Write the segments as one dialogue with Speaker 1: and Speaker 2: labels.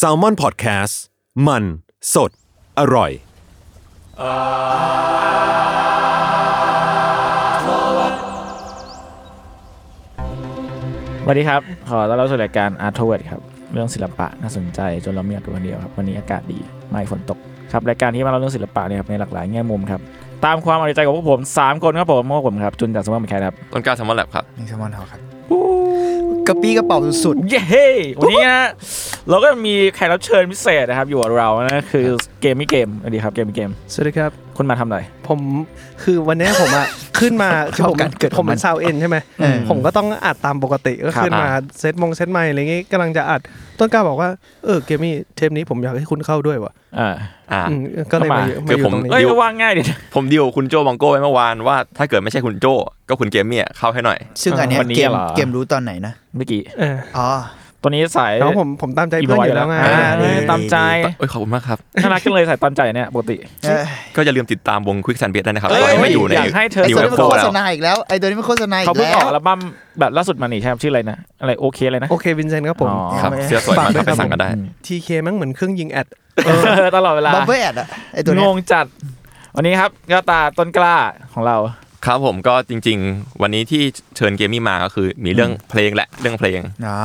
Speaker 1: s a l m o n PODCAST มันสดอร่อย
Speaker 2: สวัสดีครับ ขอต้อนรับสู่รายการ Art Toward ครับ เรื่องศิลปะน่าสนใจจนเราไม่อยากอยู่คนเดียวครับ วันนี้อากาศดี ไม่ฝนตก ครับ รายการที่มาเล่าเรื่องศิลปะเนี่ยครับในหลากหลายแง่มุมครับ ตามความเอาใจของพวกผม 3 คนครับผมพวกผมครับ จุนจากสมอลล์แคร์ครับ
Speaker 3: ต้นกล้าทำมาแลบครับ
Speaker 4: นี่แซลมอนเฮาครับกระปี้กระเป๋าสุด
Speaker 2: เย้วันนี้นะเราก็มีแขกรับเชิญพิเศษนะครับ อยู่กับเรานะ คือเกมไม่เกมสวัสดีครับเกมไม่เกม
Speaker 4: ๆสวัสดีครับ
Speaker 2: คุณมาทำอะไร
Speaker 4: ผมคือวันเนี้ยผมอ่ะ ขึ้นมาคือผมผมเป็นซาวเอ็นใช่ไหมผมก็ต้องอัดตามปกติก็ขึ้นมาเซตมงเซตไม่อะไรเงี้ยกำลังจะอัดต้นกล้าบอกว่าเออเกมมี่เทปนี้ผมอยากให้คุณเข้าด้วยว่ะ
Speaker 2: อ่า
Speaker 3: อ่า
Speaker 4: อืมก็เลยมาอยู่
Speaker 3: เข้ามา
Speaker 4: มา
Speaker 3: คื
Speaker 4: อยู่
Speaker 3: อผม
Speaker 4: ตรงนี้
Speaker 2: เอ้ยก็ว่างง่ายดิ
Speaker 3: ผมดีลกับคุณโจบังโก้ไว้เมื่อวานว่าถ้าเกิดไม่ใช่คุณโจก็คุณเกมเมี่ยเข้าให้หน่อย
Speaker 5: ซึ่งอันเนี้ย
Speaker 2: วันนี้
Speaker 5: เกม
Speaker 2: เหรอ
Speaker 5: เกมรู้ตอนไหนนะ
Speaker 2: เมื่อกี้
Speaker 4: เออ
Speaker 5: อ๋อ
Speaker 2: ตัวนี้สาย
Speaker 4: แล้วผมผมตามใจเพื่อนอยู่แล้วไง
Speaker 2: อ่า
Speaker 5: เออ
Speaker 2: ตามใจ
Speaker 3: เอ้ยขอบคุณมากครับ
Speaker 2: น่ารักจังเลยสายตามใจเนี่ยปกติ
Speaker 5: เอ้ย
Speaker 3: ก็อย่าลืมติดตามวงควิกซันเบียได้นะครับ
Speaker 2: เอ้ย
Speaker 3: ตอนนี้ไม่อยู่ใน
Speaker 2: อยากให้เธอ
Speaker 5: ไอ
Speaker 3: นิวเอ
Speaker 5: ตัว
Speaker 3: ฟ
Speaker 5: นี้มัน
Speaker 3: โฟ
Speaker 5: โฆ
Speaker 3: แล้ว
Speaker 5: ษณาอีกแล้ว ไอตัวนี้มันโฆษณาอีก
Speaker 2: เขาเพิ่ง
Speaker 5: แล้
Speaker 2: ออ
Speaker 5: ว
Speaker 2: กอัลบั้มแบบล่าสุดมานี่ใช่ไหมชื่ออะไรนะอะไรโอเคเลยนะ
Speaker 4: โอเควินเซนต์ครับผม
Speaker 2: อ๋อ
Speaker 3: ครับ
Speaker 5: เออ
Speaker 3: เสื้อสวยมาก
Speaker 4: ฝากด้วย
Speaker 3: ค
Speaker 4: ครั
Speaker 3: รับบ สั่งกันได้
Speaker 4: ทีเคมั้งเหมือนเครื่องยิงแอด
Speaker 2: เอ อตลอดเวลา
Speaker 5: บัมเบอร์แอดอะไอตัว
Speaker 2: ง
Speaker 5: เนี้ย
Speaker 2: งจัด วันนี้ครับก็ตาต้นกล้าของเรา
Speaker 3: ครับผมก็จริง ๆ วันนี้ที่เชิญเกมมี่มาก็คือ มีเรื่องเพลงแหละเรื่องเพลง
Speaker 5: อ๋อ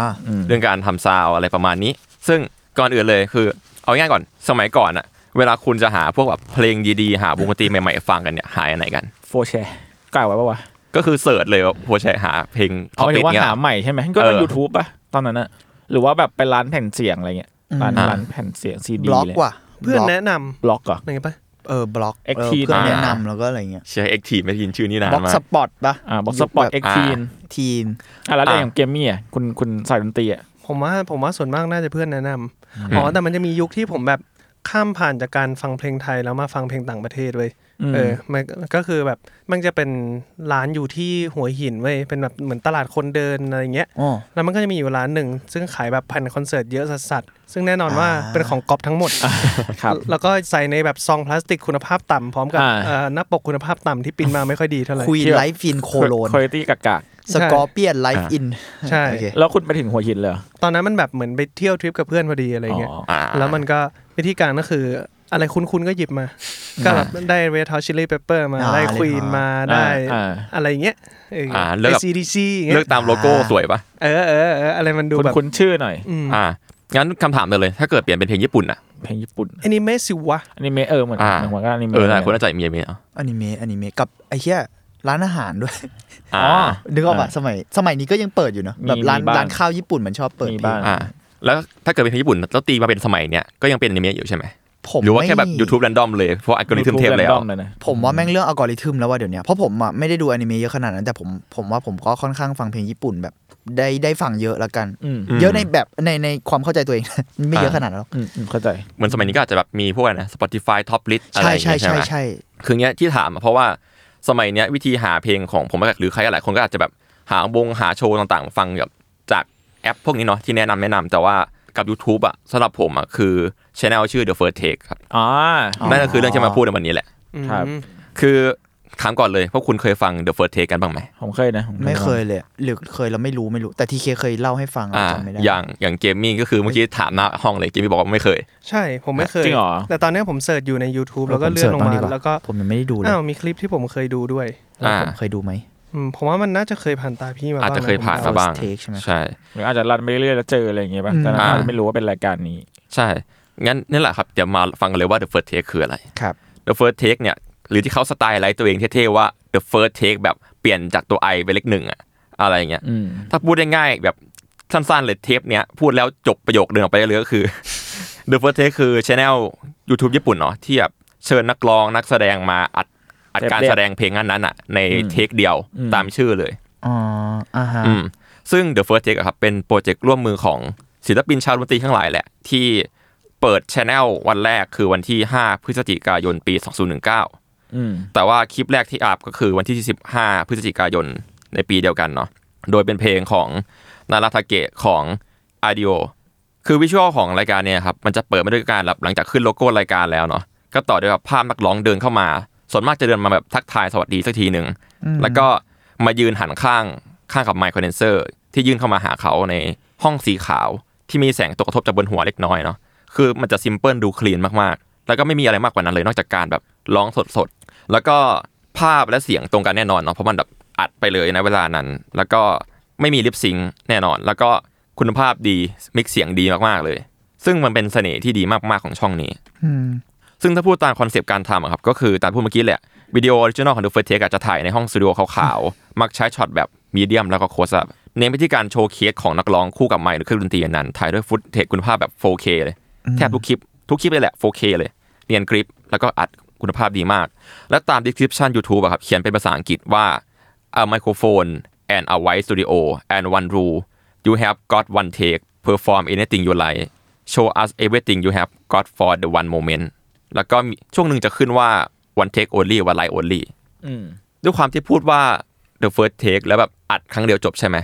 Speaker 3: เรื่องการทำซาวอะไรประมาณนี้ ซึ่งก่อนอื่นเลยคือ เอาง่ายก่อนสมัยก่อนอะเวลาคุณจะหาพวกแบบเพลงดีๆหาวงดนตรีใหม่ๆฟังกันเนี่ยหาอันไหนกัน
Speaker 2: โฟแชร์กล่าวไว้ปะวะ
Speaker 3: ก็คือเสิร์ชเลยว่าโพแชร์หาเพลง
Speaker 2: เอา
Speaker 3: ติ
Speaker 2: ถึ
Speaker 3: ด
Speaker 2: งว่า
Speaker 3: เนี่ย
Speaker 2: หาใหม่ใช่ไหมก็ใน
Speaker 3: เออ
Speaker 2: ยูทูบป่ะตอนนั้นอะหรือว่าแบบไปร้านแผ่นเสียงอะไรเงี้ยร้าน
Speaker 3: อืม
Speaker 2: ร้านแผ่นเสียงซีดี
Speaker 5: บล็อก
Speaker 2: เลย
Speaker 5: ว่ะ
Speaker 4: เพื่อนแนะน
Speaker 2: บล็อกเหรอ่ะ
Speaker 4: ำอะไรเงี้ยปะ
Speaker 5: เออบล็อกเออ
Speaker 2: XT
Speaker 5: เพื่อนแนะ
Speaker 3: อ่า
Speaker 5: นำแล้วก็อะไรเงี้ย
Speaker 3: ใช่เอ็กทีไม่ได้ยินชื่อนี่นาน
Speaker 5: บล็อก
Speaker 3: มา
Speaker 5: ส
Speaker 3: ก
Speaker 5: ปอตปะ
Speaker 2: อ่าบล็อกสปอตเอ็กทีน
Speaker 5: ทีน
Speaker 2: อ่ะแล้วเรื่อง
Speaker 3: อ่ะ
Speaker 2: อย่างเกมมี่อ่ะคุณคุณสายดนตรีอ่ะ
Speaker 4: ผมว่าผมว่าส่วนมากน่าจะเพื่อนแนะนำอ๋อแต่มันจะมียุคที่ผมแบบข้ามผ่านจากการฟังเพลงไทยแล้วมาฟังเพลงต่างประเทศเว้ย เออมันก็คือแบบมันจะเป็นร้านอยู่ที่หัวหินเว้ย เป็นแบบเหมือนตลาดคนเดินอะไรเงี้ย
Speaker 5: อ๋อ
Speaker 4: แล้วมันก็จะมีอยู่ร้านหนึ่ง ซึ่งขายแบบพันคอนเสิร์ตเยอะสัสสัสๆซึ่งแน่นอนว่าเป็นของก๊อปทั้งหมด
Speaker 2: ครับ
Speaker 4: แล้วก็ใส่ในแบบซองพลาสติกคุณภาพต่ำพร้อมกับ
Speaker 2: อ่า
Speaker 4: เอ่อหน้าปกคุณภาพต่ำที่ปริ้นมาไม่ค่อยดีเท่าไหร่
Speaker 5: คุยไลฟ์ฟินโคโลน
Speaker 2: คุณตี้กากา
Speaker 5: สกอร์เปียนไลฟ์อิน
Speaker 4: ใช่
Speaker 5: โอเค
Speaker 2: แล้วคุณไปถึงหัวหินเลยเหรอ
Speaker 4: ตอนนั้นมันแบบเหมือนไปเที่ยวทริปกับเพื่อนพอดีอะไรเงี้ย
Speaker 2: อ๋อ
Speaker 3: อ่า
Speaker 4: แล้วมันก็วิธีการก็คืออะไรคุ้นๆก็หยิบมา ก็แบบได้เวท o อ c ชิล l ี p เปเปอร์มา
Speaker 5: อ่า
Speaker 4: ได้
Speaker 5: เลย
Speaker 4: ควีน
Speaker 5: อ่าม
Speaker 4: มาได้
Speaker 2: อ่า
Speaker 4: อะไรเงี้ยเอออา
Speaker 3: แล้ว
Speaker 4: ได้
Speaker 3: แบบ
Speaker 4: ซีดีซีเงี้
Speaker 3: เลือย กตามโลโก้สวยปะ
Speaker 4: เออเออเอออะไรมันดู
Speaker 2: คุณ
Speaker 4: แบบ
Speaker 2: คุณชื่อหน่อย
Speaker 4: อืม
Speaker 3: อ่า งั้นคำถามเดียวเลย ถ้าเกิดเปลี่ยนเป็นเพลงญี่ปุ่นอ่ะ
Speaker 2: เพลงญี่ปุ่น
Speaker 4: อนิเมะสิวะ
Speaker 2: อนิเมะเออเหมือน
Speaker 3: อ่า
Speaker 2: เหมือนกันอนิเมะ
Speaker 3: เออหลายคนน่าจะมีมีอ่ะ
Speaker 5: อนิเมะอนิเมะกับไอ้เหี้ยร้านอาหารด้วย
Speaker 3: อ่า
Speaker 2: อ๋อ
Speaker 5: นึกออกปะสมัยสมัยนี้ก็ยังเปิดอยู่เนอะ
Speaker 2: มี
Speaker 5: แบบร้าน
Speaker 2: มีบ้าง
Speaker 5: ร้านข้าวญี่ปุ่นมันชอบเปิด
Speaker 2: มี
Speaker 5: พี่
Speaker 2: บ้าง
Speaker 3: อ่า แล้วถ้าเกิดเป็นเพลงญี่ปุ่นแล้วตีมาเป็นสมัยเนี้ยก็ยังเป็นอนิเมะอยู่ใช่ไหม
Speaker 5: ผม
Speaker 3: หรือว่า
Speaker 5: ไม่
Speaker 3: แค่แบบ YouTube แรนดอมเลยเพราะอัลกอริทึม
Speaker 2: YouTube
Speaker 3: เทปแล้ว
Speaker 2: random เยนะ
Speaker 5: ผมว่าแม่งเรื่องอัลกอริทึมแล้วว่าเดี๋ยวเนี้ยเพราะผมอ่ะไม่ได้ดูอนิเมะเยอะขนาดนั้น แต่ผมผมว่าผมก็ค่อนข้างฟังเพลงญี่ปุ่นแบบได้ได้ฟังเยอะละกัน
Speaker 2: อืม
Speaker 5: เยอะในแบบในในความเข้าใจตัวเอง ไม่เยอะขนาดนั้นหรอก
Speaker 2: อืมอืมเข้าใจ
Speaker 3: เหมือนสมัยนี้ก็อาจจะแบบมีพวกอะไรนะ Spotify Top List อะไร
Speaker 5: ใช่
Speaker 3: อย่างเงี้ยใช่
Speaker 5: ใช่ใช่
Speaker 3: ไหม
Speaker 5: ใช่
Speaker 3: คือเนี้ยที่ถามอะเพราะว่าสมัยเนี้ยวิธีหาเพลงของผมหรือใครหลายคนก็อาจจะแบบหาวงหาโชว์ต่างๆ ฟังแบบจากแอปพวกนี้เนาะที่แนะนำแนะนำแต่ว่ากับ YouTube อ่ะสำหรับผมอ่ะคือ channel ชื่อ The First Take ครับ
Speaker 2: อ๋อ
Speaker 3: นั่นก็คือเรื่องที่มาพูดในวันนี้แหละ
Speaker 2: ครับ
Speaker 4: อืม
Speaker 3: คือถามก่อนเลยพวกคุณเคยฟัง The First Take กันบ้างไหม
Speaker 2: ผมเคยนะผ
Speaker 5: ไม่เคยเลยอะหรือเคยเราไม่รู้ไม่รู้ แต่ทีเคเคยเล่าให้ฟังอะ
Speaker 3: อ่า
Speaker 5: จำไม่ได้
Speaker 3: อย่างอย่างเกมมิ่งก็คือเมื่อกี้ถามหน้าห้องเลยเกมมี่บอกว่าไม่เคย
Speaker 4: ใช่ผมไม่เคย
Speaker 2: จริงเหรอ
Speaker 4: แต่ตอนเนี้ยผมเสิร์ชอยู่ใน YouTube แล้วก็
Speaker 5: ผม
Speaker 4: เลื่อนลง
Speaker 5: สิร์ชบ้
Speaker 4: มา
Speaker 5: ดีา
Speaker 4: แล้วก็
Speaker 5: ผมยังไม่ได้ดูเลย
Speaker 4: อ้าวมีคลิปที่ผมเคยดูด้วย
Speaker 5: แล้ว
Speaker 3: อ่า
Speaker 5: ผมเคยดูไหม
Speaker 4: อืมผมว่ามันน่าจะเคยผ่านตาพี่มาบ้าง
Speaker 3: อาจจะเคยผ่านมาบ้าง
Speaker 5: First Take ใช่ไหม
Speaker 3: ใช่
Speaker 2: หรืออาจจะรันไปเรื่อยๆแล้วเจออะไรอย่างเงี้ยป่ะแต่เรา
Speaker 3: อ่า
Speaker 2: อาจจะไม่รู้ว่าเป็นรายการนี้
Speaker 3: ใช่งั้นนี่แหละครับเดี๋ยวมาฟังกันเลยว่า The First Take คืออะไร
Speaker 5: ครับ
Speaker 3: The First Take เนี่ยหรือที่เขาสไตล์ไลท์ตัวเองเท่ๆว่า The First Take แบบเปลี่ยนจากตัว I ไปนเลขหนึ่งอะอะไรอย่างเงี้ย
Speaker 2: อืม
Speaker 3: ถ้าพูดได้ง่ายแบบสั้นๆเลยเทปเนี้ยพูดแล้วจบประโยคเดินออกไปเลยก็คือ The First Take คือ Channel YouTube ญี่ปุ่นเนาะที่แบบเชิญนักร้องนักแสดงมาอัดอัดการแสดงเพลงนั้นๆอะในเทคเดียวตามชื่อเลย
Speaker 5: อ๋ออ่าฮะ
Speaker 3: อืมซึ่ง The First Take อะครับเป็นโปรเจกต์ร่วมมือของ ศิลปินชาวดนตรีทั้งหลายแหละ ที่เปิดชแนลวันแรกคือวันที่ 5 พฤศจิกายนปี 2019
Speaker 2: อืม
Speaker 3: แต่ว่าคลิปแรกที่อัพก็คือวันที่ 15 พฤศจิกายนในปีเดียวกันเนาะโดยเป็นเพลงของนาราทาเกะของ i d e o คือวิชวลของรายการเนี่ยครับมันจะเปิดมาด้วยการแบบหลังจากขึ้นโลโก้รายการแล้วเนาะก็ต่อด้วยแบบภาพนักร้องเดินเข้ามา ส่วนมากจะเดินมาแบบทักทายสวัสดีสักทีหนึ่ง แล้วก็มายืนหันข้างข้างกับไมโครเดนเซอร์ที่ยื่นเข้ามาหาเขาในห้องสีขาวที่มีแสงตกกระทบจากบนหัวเล็กน้อยเนาะคือมันจะซิมเพิลดูคลีนมากๆ แล้วก็ไม่มีอะไรมากกว่านั้นเลยนอกจากการแบบร้องสดๆ แล้วก็ภาพและเสียงตรงกันแน่นอนเนาะเพราะมันแบบอัดไปเลยในเวลานั้น แล้วก็ไม่มีลิปซิงค์แน่นอน แล้วก็คุณภาพดีมิกซ์เสียงดีมากๆเลย ซึ่งมันเป็นเสน่ห์ที่ดีมากๆของช่องนี้
Speaker 5: อืม
Speaker 3: ซึ่งถ้าพูดตามคอนเซปต์การทำอะครับก็คือตามพูดเมื่อกี้แหละวิดีโอออริจินอลของ The First Take อาจจะถ่ายในห้องสตูดิโอขาวๆ มักใช้ช็อตแบบมีเดียมแล้วก็โคสอัพเน้นไปที่การโชว์เคสของนักร้องคู่กับไมค์หรือเครื่องดนตรีอันนั้น ถ่ายด้วยฟุตเทจคุณภาพแบบ 4K เลย แทบทุกคลิป ทุกคลิปเลยแหละ 4K เลยเนียนกริป แล้วก็อัดคุณภาพดีมาก และตาม description YouTube อะครับเขียนเป็นภาษาอังกฤษว่า a microphone and a white studio and one rule you have got one take perform anything you like show us everything you have got for the one moment แล้วก็มีช่วงหนึ่งจะขึ้นว่า one take only one line only
Speaker 2: อืม
Speaker 3: ด้วยความที่พูดว่า the first take แล้วแบบอัดครั้งเดียวจบใช่ไหม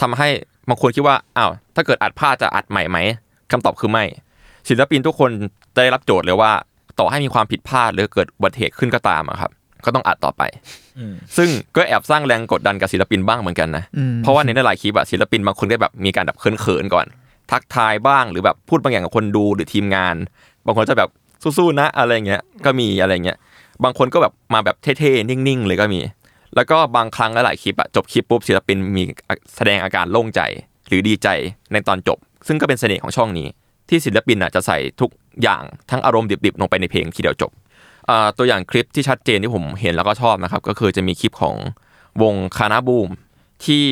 Speaker 3: ทำให้บางคนคิดว่าอ้าวถ้าเกิดอัดพลาดจะอัดใหม่ไหมคำตอบคือไม่ ศิลปินทุกคนจะได้รับโจทย์เลยว่า ต่อให้มีความผิดพลาดหรือเกิดอุบัติเหตุขึ้นก็ตามอะครับก็ต้องอัดต่อไป
Speaker 2: อืม
Speaker 3: ซึ่งก็แอบสร้างแรงกดดันกับศิลปินบ้างเหมือนกันนะ เพราะว่าในหลายๆคลิปอะศิลปินบางคนได้แบบมีการแบบเขินๆก่อน ทักทายบ้างหรือแบบพูดบางอย่างกับคนดูหรือทีมงาน บางคนจะแบบสู้ๆนะอะไรเงี้ยก็มีอะไรเงี้ยบางคนก็แบบมาแบบเท่ๆนิ่งๆเลยก็มี แล้วก็บางครั้งหลายๆคลิปอะจบคลิปปุ๊บศิลปินมีแสดงอาการโล่งใจ หรือดีใจในตอนจบ ซึ่งก็เป็นเสน่ห์ของช่องนี้ ที่ศิลปินอะจะใส่ทุกอย่างทั้งอารมณ์ดิบๆลงไปในเพลงทีเดียวจบ อ่าตัวอย่างคลิปที่ชัดเจนที่ผมเห็นแล้วก็ชอบนะครับ ก็คือจะมีคลิปของวงคานาบูมที่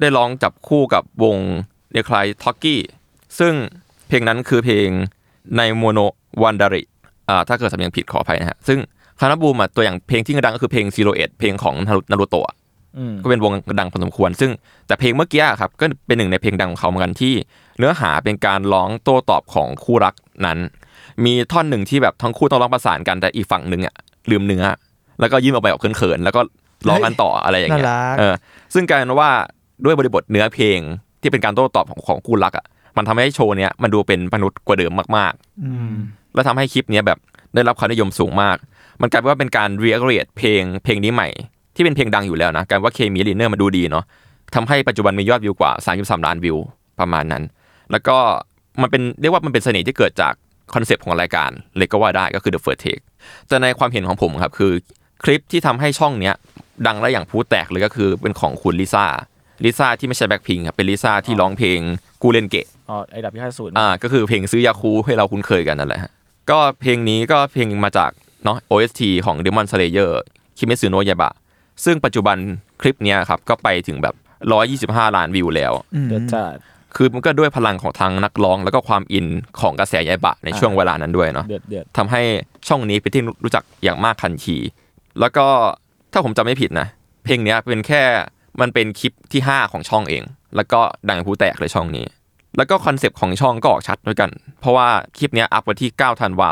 Speaker 3: ได้ร้องจับคู่กับวงเดคลายท็อกกี้ซึ่งเพลงนั้นคือเพลงในโมโนวันดาริอ่าถ้าเกิดสำเนียงผิดขออภัยนะฮะ ซึ่งคานาบูมอ่ะตัวอย่างเพลงที่ดังก็คือเพลงซีโรเอเพลงของนารูโตะ
Speaker 2: อืม
Speaker 3: ก็เป็นวงดังพอสมควร ซึ่งแต่เพลงเมื่อกี้ครับก็เป็นหนึ่งในเพลงดังของเขาเหมือนกันที่ เนื้อหาเป็นการร้องโต้ตอบของคู่รักนั้น มีท่อนหนึ่งที่แบบทั้งคู่ต้องร้องประสานกันแต่อีกฝั่งหนึ่งอ่ะลืมเนื้อ แล้วก็ยิ้มออกไปแบบเขินๆแล้วก็ร้องกันต่ออะไรอย่างเงี้ย
Speaker 5: น่ารัก
Speaker 3: เออซึ่งกลายเป็นว่าด้วยบริบทเนื้อเพลงที่เป็นการโต้ตอบของของคู่รักอ่ะมันทำให้โชว์เนี้ยมันดูเป็นมนุษย์กว่าเดิมมากๆ
Speaker 2: อืม
Speaker 3: แล้วทำให้คลิปเนี้ยแบบได้รับความนิยมสูงมาก มันกลายเป็นว่าเป็นการเรียกเรียดเพลงเพลงนี้ใหม่ ที่เป็นเพลงดังอยู่แล้วนะกลารว่าเคมีลีเนอร์มาดูดีเนาะทำให้ปัจจุบันมียอดวิวกว่า 33 ล้านวิวประมาณนั้น แล้วก็มันเป็นเรียกว่ามันเป็นเสน่ห์ที่เกิดจากคอนเซปต์ของรายการเลยก็ว่าได้ก็คือ The First Take แต่ในความเห็นของผมครับคือคลิปที่ทำให้ช่องเนี้ยดังและอย่างผู้แตกเลยก็คือเป็นของคุณลิซ่าลิซ่าที่ไม่ใช่แบ็คพิงครับเป็นลิซ่าที่ร้องเพลงกูเลนเกะ
Speaker 2: อ๋อไอ้ดับที่ห้าศูนย์
Speaker 3: อ่าก็คือเพลงซื้อยาคูให้เราคุ้นเคยกันนั่นแหละฮะก็เพลงนี้ก็เพลงมาจากเนาะ OST ของ Demon Slayer คิเม s ุโนะยาบะ ซึ่งปัจจุบันคลิปเนี้ยครับ ก็ไปถึงแบบ 125 ล้านวิวแล้ว
Speaker 2: เดือดจัด
Speaker 3: คือมันก็ด้วยพลังของทางนักร้อง แล้วก็ความอินของกระแสยายบะในช่วงเวลานั้นด้วยเนาะ
Speaker 2: เดือดเดือด
Speaker 3: ทำให้ช่องนี้เป็นที่รู้จักอย่างมากทันที แล้วก็ถ้าผมจำไม่ผิดนะ เพลงเนี้ยเป็นแค่มันเป็นคลิปที่ 5 ของช่องเอง แล้วก็ดังผู้แตกเลยช่องนี้ แล้วก็คอนเซปต์ของช่องก็ออกชัดด้วยกัน เพราะว่าคลิปเนี้ยอัพวันที่ 9 ธันวา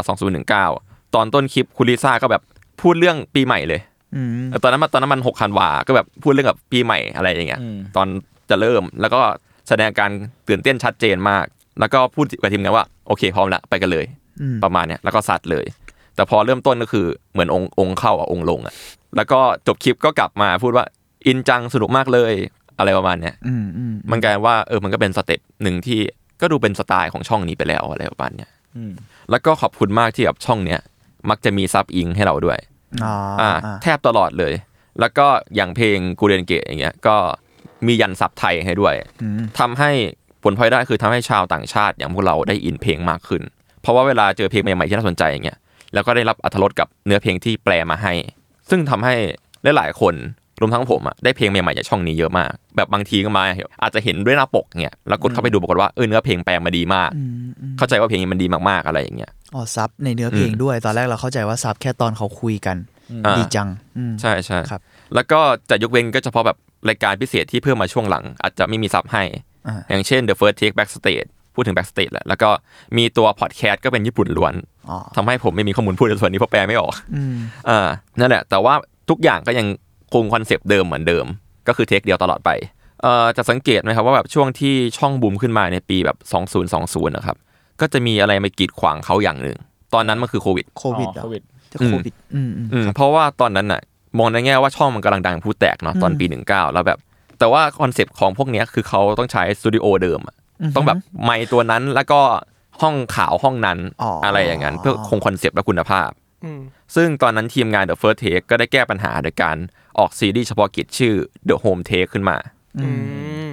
Speaker 3: 2019 ตอนต้นคลิปคุณลิซ่าก็แบบพูดเรื่องปีใหม่เลย
Speaker 5: อืม
Speaker 3: ตอนนั้นมันตอนนั้นมันหกธันวา ก็แบบพูดเรื่องกับปีใหม่อะไรอย่างเงี้ย
Speaker 2: อืม
Speaker 3: ตอนจะเริ่มแล้วก็แสดงอาการตื่นเต้นชัดเจนมาก แล้วก็พูดกับทีมงานว่าโอเคพร้อมละไปกันเลย
Speaker 5: อืม
Speaker 3: ประมาณเนี้ยแล้วก็สัตว์เลย แต่พอเริ่มต้นก็คือเหมือนองค์องค์เข้าอ่ะองค์ลงอ่ะแล้วก็จบคลิปก็กลับมาพูดว่าอินจังสนุกมากเลยอะไรประมาณเนี้ย
Speaker 5: อืมอืม
Speaker 3: มันกลายว่าเออมันก็เป็นสเต็ปหนึ่งที่ก็ดูเป็นสไตล์ของช่องนี้ไปแล้วอะไรประมาณเนี้ย
Speaker 2: อืม
Speaker 3: แล้วก็ขอบคุณมากที่แบบช่องเนี้ยมักจะมีซับอิงให้เราด้วย
Speaker 5: อ๋อ
Speaker 3: อ่า
Speaker 5: อ่า
Speaker 3: แทบตลอดเลย แล้วก็อย่างเพลงกูเรยนเกะอย่างเงี้ยก็มียันซับไทยให้ด้วย
Speaker 5: อืม
Speaker 3: ทำให้ผลพลอยได้คือทำให้ชาวต่างชาติอย่างพวกเราได้อินเพลงมากขึ้น เพราะว่าเวลาเจอเพลงใหม่ๆที่น่าสนใจอย่างเงี้ยแล้วก็ได้รับอรรถรสกับเนื้อเพลงที่แปลมาให้ ซึ่งทำให้หลายๆคนรวมทั้งผมอะได้เพลงใหม่ๆจากช่องนี้เยอะมาก แบบบางทีก็มา อาจจะเห็นด้วยหน้าปกเงี้ยแล้วกดเข้าไปดูปรากฏว่าเออเนื้อเพลงแปลมาดีมาก
Speaker 5: อืมอืม
Speaker 3: เข้าใจว่าเพลงนี้มันดีมากๆอะไรอย่างเงี้ย
Speaker 5: อ๋อซับในเนื้อเพลง
Speaker 3: อืม
Speaker 5: ด้วย ตอนแรกเราเข้าใจว่าซับแค่ตอนเขาคุยกัน
Speaker 3: อ่า
Speaker 5: ดีจังอืม
Speaker 3: ใช่ใช่
Speaker 5: ครับ
Speaker 3: แล้วก็จะยกเว้นก็เฉพาะแบบรายการพิเศษที่เพิ่มมาช่วงหลัง อาจจะไม่มีซับให้
Speaker 5: อ่า
Speaker 3: อย่างเช่น The First Take Backstage พูดถึงแบ็กสเตจแหละแล้วก็มีตัวพอดแคสต์ก็เป็นญี่ปุ่นล้วน
Speaker 5: อ๋อ
Speaker 3: ทำให้ผมไม่มีข้อมูลพูดในส่วนนี้เพราะแปลไม่ออก
Speaker 5: อืม
Speaker 3: อ่านั่นแหละ แต่ว่าทุกอย่างก็ยังคงคอนเซปต์เดิมเหมือนเดิม ก็คือเทคเดียวตลอดไปเอ่อจะสังเกตไหมครับว่าแบบช่วงที่ช่องบูมขึ้นมาในปีแบบ 2020นะครับก็จะมีอะไรมากีดขวางเขาอย่างหนึ่ง ตอนนั้นมันคือโควิด
Speaker 5: โควิดเหร
Speaker 2: โค
Speaker 5: อ่ะ
Speaker 2: วิด
Speaker 5: จะโควิด อืมอืม
Speaker 3: อืมเพราะว่าตอนนั้นน่ะมองในแง่ว่าช่องมันกำลังดังผู้แตกเนาะตอนปี 19 แล้วแบบ แต่ว่าคอนเซปต์ของพวกเนี้ยคือเขาต้องใช้สตูดิโอเดิมอะ
Speaker 5: อือฮึ
Speaker 3: ต้องแบบไมค์ตัวนั้นแล้วก็ห้องขาวห้องนั้น
Speaker 5: อ๋ออ
Speaker 3: อะไรอย่างนั้น เพื่อคงคอนเซปต์และคุณภาพ
Speaker 4: อืม
Speaker 3: ซึ่งตอนนั้นทีมงาน The First Take ก็ได้แก้ปัญหาโดยการออกซีรีส์เฉพาะกิจชื่อ The Home Take ขึ้นมา
Speaker 4: อืม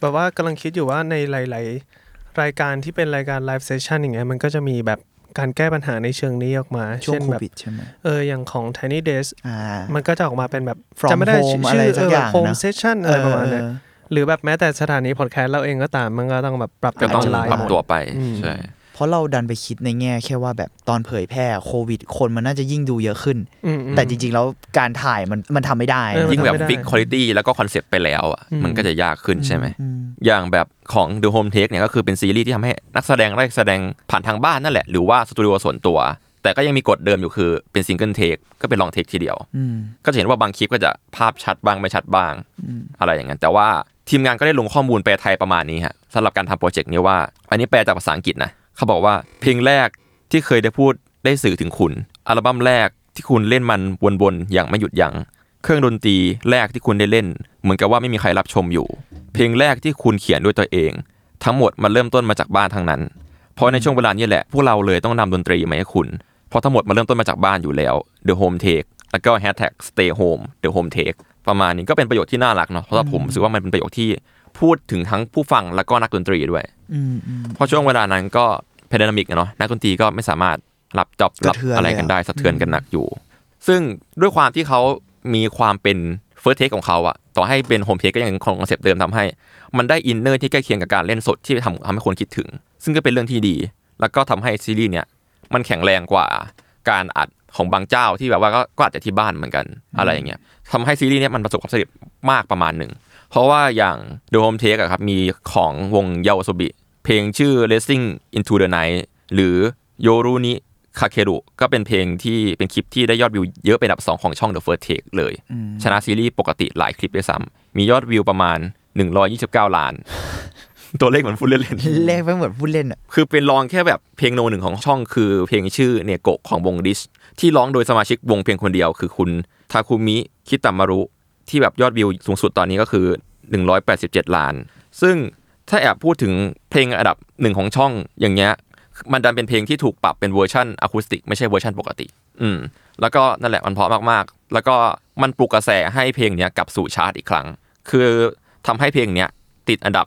Speaker 4: แบบว่ากำลังคิดอยู่ว่าในหลาย ๆ รายการที่เป็นรายการไลฟ์เซสชันอย่างเงี้ยมันก็จะมีแบบการแก้ปัญหาในเชิงนี้ออกมา
Speaker 5: ช่วง
Speaker 4: เช่น
Speaker 5: โค
Speaker 4: แบบ
Speaker 5: วิดใช่ไหม
Speaker 4: เอออย่างของ Tiny Days
Speaker 5: อ่า
Speaker 4: มันก็จะออกมาเป็นแบบ
Speaker 5: From
Speaker 4: จำไม่ได้
Speaker 5: home
Speaker 4: ชื่
Speaker 5: อะไรสัก
Speaker 4: เ
Speaker 5: อย่างนะ
Speaker 4: โฮมเซสชันอะไรประมาณเนี้ย
Speaker 5: เออ
Speaker 4: หรือแบบแม้แต่สถานีพอดแคสต์เราเองก็ตามมันก็ต้องแบบปรับ
Speaker 3: ก็ต้อง
Speaker 4: หา
Speaker 3: ปรับ
Speaker 4: หมด
Speaker 3: ตัวไป
Speaker 4: อืม
Speaker 3: ใช่
Speaker 5: เพราะเราดันไปคิดในแง่แค่ว่าแบบตอนเผยแพร่โควิด คนมันน่าจะยิ่งดูเยอะขึ้น
Speaker 4: อืมอืม
Speaker 5: แต่จริง ๆ แล้วการถ่ายมันมันทำไม่ได้
Speaker 4: เออ
Speaker 3: ยิ่งแบบ
Speaker 4: มันทำไม่ได้
Speaker 3: ฟิกคุณ i t y แล้วก็คอนเซปต์ไปแล้วอ่ะ
Speaker 4: อืม
Speaker 3: มันก็จะยากขึ้นใช่ไหม
Speaker 5: อืม
Speaker 3: อย่างแบบของ The Home Take เนี่ยก็คือเป็นซีรีส์ที่ทำให้นักแสดงได้แสดงผ่านทางบ้านนั่นแหละ หรือว่าสตูดิโอส่วนตัว แต่ก็ยังมีกฎเดิมอยู่คือเป็นซิงเกิลเทคก็เป็นลองเทคทีเดียว
Speaker 5: อืม
Speaker 3: ก็จะเห็นว่าบางคลิปก็จะภาพชัดบ้างไม่ชัดบ้าง
Speaker 5: อืม
Speaker 3: อะไรอย่างนั้นแต่ว่าทีมงานก็ได้ลงข้อมูลแปลไทยประมาณนี้ฮะสำหรับการทำโปรเจกต์นี้ว่า อันนี้แปลจากภาษาอังกฤษนะเขาบอกว่าเพลงแรกที่เคยได้พูดได้สื่อถึงคุณ อัลบั้มแรกที่คุณเล่นมันวนๆอย่างไม่หยุดยัง้งเครื่องดนตรีแรกที่คุณได้เล่น เหมือนกับว่าไม่มีใครรับชมอยู่ เพลงแรกที่คุณเขียนด้วยตัวเอง ทั้งหมดมันเริ่มต้นมาจากบ้านทั้งนั้น เพราะในช่วงเวลานี้แหละพวกเราเลยต้องนำดนตรีมาให้คุณ เพราะทั้งหมดมันเริ่มต้นมาจากบ้านอยู่แล้ว The Home Take แล้วก็ Hashtag Stay Home The Home Take ประมาณนี้ก็เป็นประโยคที่น่ารักเนาะเพราะว่าผมรู้สึกว่ามันเป็นประโยคที่พูดถึงทั้งผู้ฟังแล้วก็นักดนตรีด้วย
Speaker 5: อืมอืม
Speaker 3: เพราะช่วงเวลานั้นก็เพดานามิกเนาะนักดนตรีก็ไม่สามารถรับจอบ
Speaker 5: ก
Speaker 3: รับ
Speaker 5: ระเทือน
Speaker 3: อะไรกันได้
Speaker 5: เลยอะ
Speaker 3: สะเทือนกันหนักอยู่ ซึ่งด้วยความที่เขามีความเป็นเฟิร์สเทคของเขาอะต่อให้เป็นโฮมเทคก็ยังคงคอนเซปต์เดิมทำให้ มันได้อินเนอร์ที่ใกล้เคียงกับการเล่นสดที่ทำทำให้คนคิดถึง ซึ่งก็เป็นเรื่องที่ดี แล้วก็ทำให้ซีรีส์เนี่ยมันแข็งแรงกว่าการอัดของบางเจ้าที่แบบว่าก็ก็อาจจะที่บ้านเหมือนกันอะไรอย่างเงี้ยทำให้ซีรีส์เนี่ยมันประสบความสำเร็จมากประมาณหนึ่ง เพราะว่าอย่าง The Home Take อะครับมีของวงเยาวสบิ เพลงชื่อ Racing into the Night หรือ Yoru ni Kakeru ก็เป็นเพลงที่เป็นคลิปที่ได้ยอดวิวเยอะเป็นอันดับ 2 ของช่อง The First Take เลย ชนะซีรีส์ปกติหลายคลิปด้วยซ้ำมียอดวิวประมาณ 129 ล้าน ตัวเลขเหมือนพูดเล่น
Speaker 5: เลขไม่เหมือนพูดเล่นอ่ะ
Speaker 3: ๆ คือเป็นรองแค่แบบเพลงโนหนึ่งของช่องคือเพลงชื่อเนโกะของวงดิส ที่ร้องโดยสมาชิกวงเพียงคนเดียว คือคุณทาคุมิคิตามารุ ที่แบบยอดวิวสูงสุดตอนนี้ก็คือ 187 ล้าน ซึ่งถ้าแอบพูดถึงเพลงอันดับหนึ่งของช่องอย่างเงี้ย มันดันเป็นเพลงที่ถูกปรับเป็นเวอร์ชันอะคูสติกไม่ใช่เวอร์ชันปกติ อืม แล้วก็นั่นแหละมันเพราะมากๆ แล้วก็มันปลุกกระแสให้เพลงเนี้ยกลับสู่ชาร์ตอีกครั้ง คือทำให้เพลงเนี้ยติดอันดับ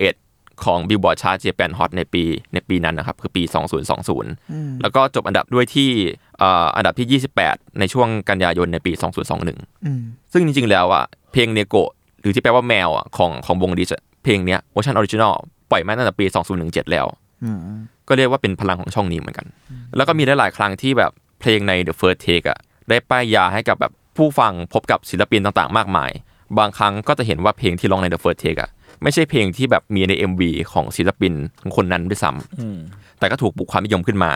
Speaker 3: 11 ของ Billboard Chart Japan Hot ในปีในปีนั้นนะครับ คือปี 2020 แล้วก็จบอันดับด้วยที่เอ่ออันดับที่ 28 ในช่วงกันยายนในปี 2021
Speaker 5: อืม
Speaker 3: ซึ่งจริงๆ แล้วอ่ะเพลงเนโกะหรือที่แปลว่าแมวอ่ะของของวงดิชเพลงเนี้ยเวอร์ชันออริจินอลปล่อยมาตั้งแต่ปี 2017 แล้ว
Speaker 5: อืม
Speaker 3: ก็เรียกว่าเป็นพลังของช่องนี้เหมือนกัน แล้วก็มีหลายๆ ครั้งที่แบบเพลงใน The First Take อ่ะได้ป้ายยาให้กับแบบผู้ฟังพบกับศิลปินต่างๆ มากมาย บางครั้งก็จะเห็นว่าเพลงที่ร้องใน The First Take อ่ะไม่ใช่เพลงที่แบบมีใน MV ของศิลปินคนนั้นด้วยซ้ำ
Speaker 2: อืม
Speaker 3: แต่ก็ถูกปลุกความนิยมขึ้นมา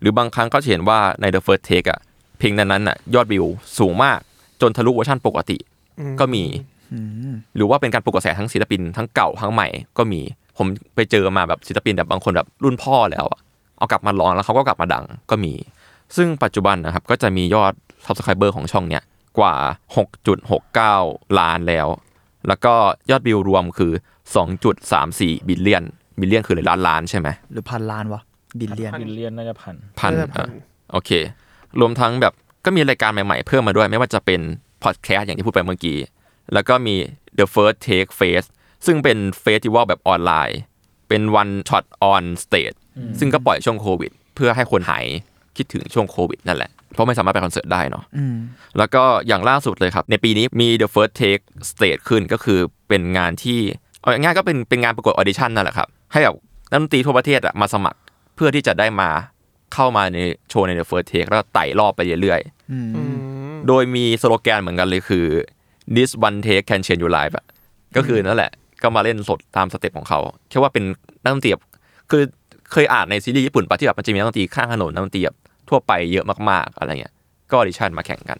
Speaker 3: หรือบางครั้งก็จะเห็นว่าใน The First Take อ่ะเพลงนั้นๆอ่ะยอดวิวสูงมากจนทะลุเวอร์ชันปกติ
Speaker 4: อืม
Speaker 3: ก็มี หรือว่าเป็นการปลุกกระแสทั้งศิลปินทั้งเก่าทั้งใหม่ก็มี ผมไปเจอมาแบบศิลปินแบบบางคนแบบรุ่นพ่อแล้วอะเอากลับมาร้องแล้วเขาก็กลับมาดังก็มี ซึ่งปัจจุบันนะครับก็จะมียอด subscriber ของช่องเนี้ยกว่า 6.69 ล้านแล้ว แล้วก็ยอดวิวรวมคือ 2.34 บิลเลียน บิลเลียนคือหลายล้านล้านใช่ไหม
Speaker 5: หรือพันล้านวะบิลเลียน
Speaker 2: บิลเลียนน่าจะพัน
Speaker 3: พัน
Speaker 4: น่าจะพัน
Speaker 3: อ่ะโอเค รวมทั้งแบบก็มีรายการใหม่ๆ เพิ่มมาด้วย ไม่ว่าจะเป็นพอดแคสต์อย่างที่พูดไปเมื่อกี้ แล้วก็มี The First Take Face ซึ่งเป็นเฟสติวัลแบบออนไลน์ เป็นวันช็อตออนสเตจซึ่งก็ปล่อยช่วงโควิด เพื่อให้คนหายคิดถึงช่วงโควิดนั่นแหละ เพราะไม่สามารถไปคอนเสิร์ตได้เนาะ
Speaker 5: อืม
Speaker 3: แล้วก็อย่างล่าสุดเลยครับ ในปีนี้มี The First Take Stage ขึ้นก็คือเป็นงานที่เอาง่ายๆก็เป็นเป็นงานประกวดออดิชั่นนั่นแหละครับ ให้แบบนักดนตรีทั่วประเทศอะมาสมัครเพื่อที่จะได้มาเข้ามาในโชว์ใน The First Take แล้วก็ไต่รอบไปเรื่อย
Speaker 5: อืม
Speaker 4: อืม
Speaker 3: ๆ โดยมีสโลแกนเหมือนกันเลยคือ this one take can change your life อะก็คือนั่นแหละก็มาเล่นสดตามสเต็ปของเขาแค่ว่าเป็นนักดนตรีแบบ คือเคยอ่านในซีรีส์ญี่ปุ่นปะที่แบบมันจะมีนักดนตรีข้างถนนนักดนตรีแบบทั่วไปเยอะมากๆอะไรเงี้ยก็ออดิชั่นมาแข่งกัน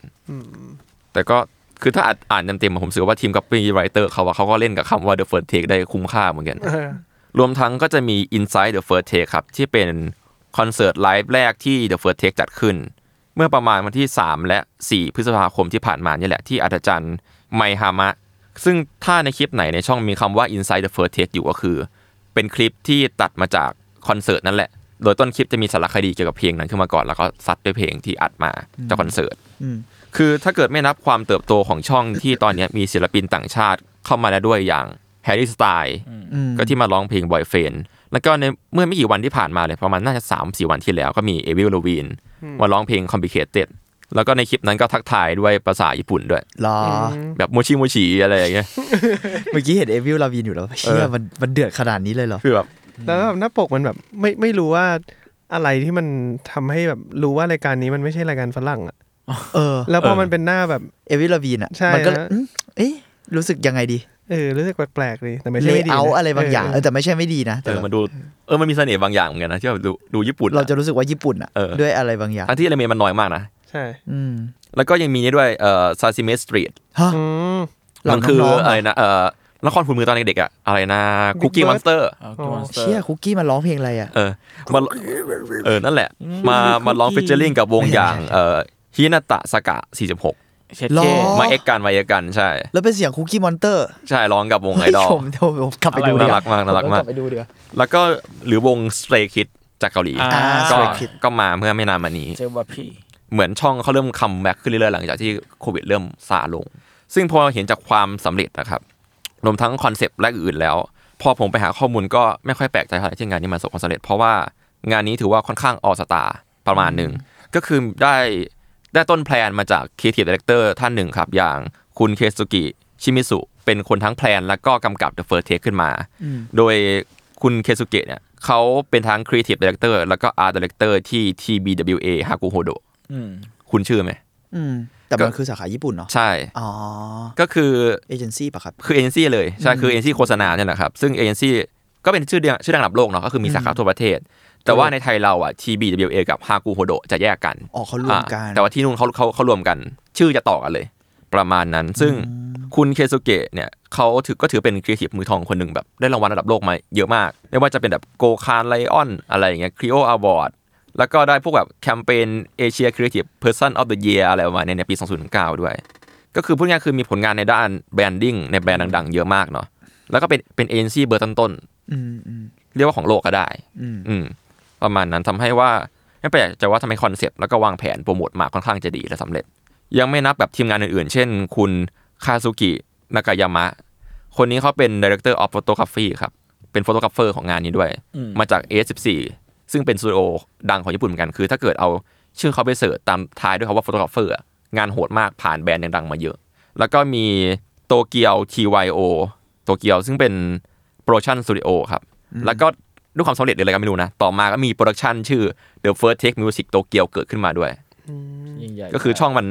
Speaker 3: แต่ก็คือถ้าอ่านอ่านเต็มๆอะผมรู้สึกว่าทีมกับปีไรเตอร์เขาว่าเขาก็เล่นกับคำว่า The First Take ได้คุ้มค่าเหมือนกัน
Speaker 4: เออ
Speaker 3: รวมทั้งก็จะมี Inside the First Take ครับ ที่เป็นคอนเสิร์ตไลฟ์แรกที่ The First Take จัดขึ้น เมื่อประมาณวันที่ 3 และ 4 พฤษภาคมที่ผ่านมาเนี่ยแหละที่อาจารย์ไมฮามะ ซึ่งถ้าในคลิปไหนในช่องมีคำว่า Inside the First Take อยู่ก็คือ เป็นคลิปที่ตัดมาจากคอนเสิร์ตนั่นแหละ โดยต้นคลิปจะมีสารคดีเกี่ยวกับเพลงนั้นขึ้นมาก่อนแล้วก็ซัดด้วยเพลงที่อัดมาจากคอนเสิร์ต
Speaker 5: อืม
Speaker 3: คือถ้าเกิดไม่นับความเติบโตของช่องที่ตอนเนี้ยมีศิลปินต่างชาติเข้ามาแล้วด้วยอย่างแฮร์รี่สไตล์
Speaker 5: อืม
Speaker 3: ก็ที่มาร้องเพลงบอยเฟนแล้วก็ในเมื่อไม่กี่วันที่ผ่านมาเลยประมาณน่าจะ3ามสี่วันที่แล้วก็มีเอวิลโลวีนมาร้องเพลง Complicated แล้วก็ในคลิปนั้นก็ทักทายด้วยภาษาญี่ปุ่นด้วย
Speaker 5: เหรอ
Speaker 3: แบบโมชิโมชิอะไรอย่างเงี้ย
Speaker 5: เมื่อกี้เห็นเอวิลลาวินอยู่แล้วเฮียมันมันเดือดขนาดนี้เลยเหรอ
Speaker 3: คือแบบ
Speaker 4: แล้วแบบหน้าปกมันแบบไม่ไม่รู้ว่าอะไรที่มันทำให้แบบรู้ว่ารายการนี้มันไม่ใช่รายการฝรั่งอะ
Speaker 5: เออ
Speaker 4: แล้วพอมันเป็นหน้าแบบ
Speaker 5: เอวิลลาวินอ่ะ
Speaker 4: ใช่
Speaker 5: มัก็
Speaker 4: นะ
Speaker 5: อืมเอ๊ะรู้สึกยังไงดี
Speaker 4: เออรู้สึกแปลกๆเลยแต่ไม่ใช่
Speaker 5: เล
Speaker 4: ไม่
Speaker 5: เย
Speaker 4: ดี
Speaker 5: อ
Speaker 4: นะ
Speaker 5: อะไรบางอย่างเออแต่ไม่ใช่ไม่ดีนะ
Speaker 3: เอ
Speaker 5: แต่
Speaker 3: อ
Speaker 5: แบบ
Speaker 3: มาดูเออมันมีเสน่ห์บางอย่างเหมือนกันนะที่แบบดูดูญี่ปุ่น
Speaker 5: เราจะรู้สึกว่าญี่ปุ่นอ่ะ
Speaker 3: เออ
Speaker 5: ด้วยอะไรบางอย่าง
Speaker 3: ทั้งที่เอลเมนมันน้อยมากนะ
Speaker 4: ใช่
Speaker 5: อืม
Speaker 3: แล้วก็ยังมีนี่ด้วยเอ่อซาซิเมสตรีท
Speaker 5: ฮะ
Speaker 4: อืม
Speaker 5: เรา
Speaker 3: มันคือ
Speaker 5: น้งๆ
Speaker 3: อะไร
Speaker 5: อะ
Speaker 3: นะเอ่อละครหุ่นมือตอนเด็กๆอะอะไรนะคุกกี้
Speaker 4: Bird
Speaker 3: มอนสเตอร์
Speaker 2: เอาตัวมอนสเตอร์
Speaker 5: เชี่ยคุกกี้มันร้องเพลงอะไรอ่ะ
Speaker 3: เออมาเออ นั่นแหละ มา มาร้องฟิชเชอร์ลิงกับวงอย่าง เอ่อฮินาตะสากะ 46
Speaker 2: เช็ด
Speaker 5: หรอ
Speaker 2: เช่
Speaker 5: อ๋อ
Speaker 3: มาเอกกันมาเอกกันใช่
Speaker 5: แล้วเป็นเสียงคุกกี้มอนเตอร์
Speaker 3: ใช่ ร้องกับวงไอดอล
Speaker 5: ผมผมผมกลับไปดู
Speaker 3: อะไรวะ
Speaker 5: ดีว่
Speaker 3: น่ารักมากน่ารักมาก
Speaker 5: ผลับไปดูเดี๋ยวา
Speaker 3: แล้วก็หรือวง Stray Kids จากเกาหลี
Speaker 2: อ่า
Speaker 5: อ่า
Speaker 3: ก็
Speaker 5: Stray Kids
Speaker 3: ก็มาเมื่อไม่นานมานี้
Speaker 2: เจอว่าพี่
Speaker 3: เหมือนช่องเขาเริ่มคัมแบ็กขึ้นเรื่อยๆ หลังจากที่โควิดเริ่มซาลง ซึ่งพอเห็นจากความสำเร็จนะครับ รวมทั้งคอนเซปต์และอื่นๆแล้ว พอผมไปหาข้อมูลก็ไม่ค่อยแปลกใจเท่าไหร่ที่งานนี้มันประสบความสำเร็จ เพราะว่างานนี้ถือว่าค่อนข้างออสตาประมาณหนึ่ง ก็คือได้ได้ต้นแพลนมาจากค r e a t i v e Director ท่านหนึ่งครับ อย่างคุณเคสุกิชิมิสุเป็นคนทั้งแพลนและก็กำกับ The First Take ขึ้นมา โดยคุณเคสุเกะเนี่ยเขาเป็นทั้ง Creative Director แล้วก็ Art Director ที่ TBWA Hakuhodo
Speaker 2: อืม
Speaker 3: คุณชื่อไหม
Speaker 5: อืมแต่
Speaker 3: ก็
Speaker 5: มันคือสาขาญี่ปุ่นเนาะ
Speaker 3: ใช่
Speaker 5: อ๋อ
Speaker 3: ก็คือ
Speaker 5: เอเจนซี่ปะครับ
Speaker 3: คือเอเจนซี่เลยใช่คือเอเจนซี่โฆษณาเนี่ยแหละครับ ซึ่งเอเจนซี่ก็เป็นชื่อเดียวชื่อดังระดับโลกเนาะก็คือมีสาขาทั่วประเทศ แต่ว่าในไทยเราอ่ะ TBWA กับฮากูโฮโดจะแยกกัน
Speaker 5: อ๋อเขารวมกัน
Speaker 3: อ่าแต่ว่าที่นู่นเขาเขาเขารวมกัน ชื่อจะต่อกันเลย ประมาณนั้น ซึ่งคุณเคซุเกะเนี่ยเขาถือก็ถือเป็นครีเอทีฟมือทองคนหนึ่งแบบได้รางวัลระดับโลกมาเยอะมาก ไม่ว่าจะเป็นแบบโกคานไลออนอะไรอย่างเงี้ยครีโออวอร์ดแล้วก็ได้พวกแบบแคมเปญเอเชียครีเอทีฟเพอร์ซันออฟเดอะเยียอะไรประมาณเนี้ยในปี 2009 ด้วย ก็คือพูดง่ายๆคือมีผลงานในด้านแบรนดิ้งในแบรนด์ดังๆ เยอะมากเนาะแล้วก็เป็นเป็นเอ็นซีเบอร์ต้น
Speaker 5: อืมอืม
Speaker 3: ๆเรียกว่าของโลกก็ได้
Speaker 5: อืม
Speaker 3: อืมประมาณนั้นทำให้ว่าไม่แปลกใจว่าทำไมคอนเซปต์แล้วก็วางแผนโปรโมทมาค่อนข้างจะดีและสำเร็จ ยังไม่นับแบบทีมงานอื่นๆ เช่น คุณคาซุกินากายามะ คนนี้เขาเป็น Director of Photography ครับ เป็นโฟโตกราฟเฟอร์ของงานนี้ด้วย
Speaker 2: อืม
Speaker 3: มาจาก A14 ซึ่งเป็นสตูดิโอดังของญี่ปุ่นเหมือนกัน คือถ้าเกิดเอาชื่อเขาไปเสิร์ชตามท้ายด้วยคำว่าโฟโตกราฟเฟอร์งานโหดมากผ่านแบรนด์ดังๆมาเยอะ แล้วก็มีโตเกียว TYO โตเกียวซึ่งเป็นโปรดักชั่นสตูดิโอครับ แล้วก็ด้วยความสำเร็จหรืออะไรก็ไม่รู้นะ ต่อมาก็มีโปรดักชันชื่อ The First Take Music Tokyo เกิดขึ้นมาด้วย
Speaker 2: ยิ่งใหญ่
Speaker 3: ก็คือช่องมัน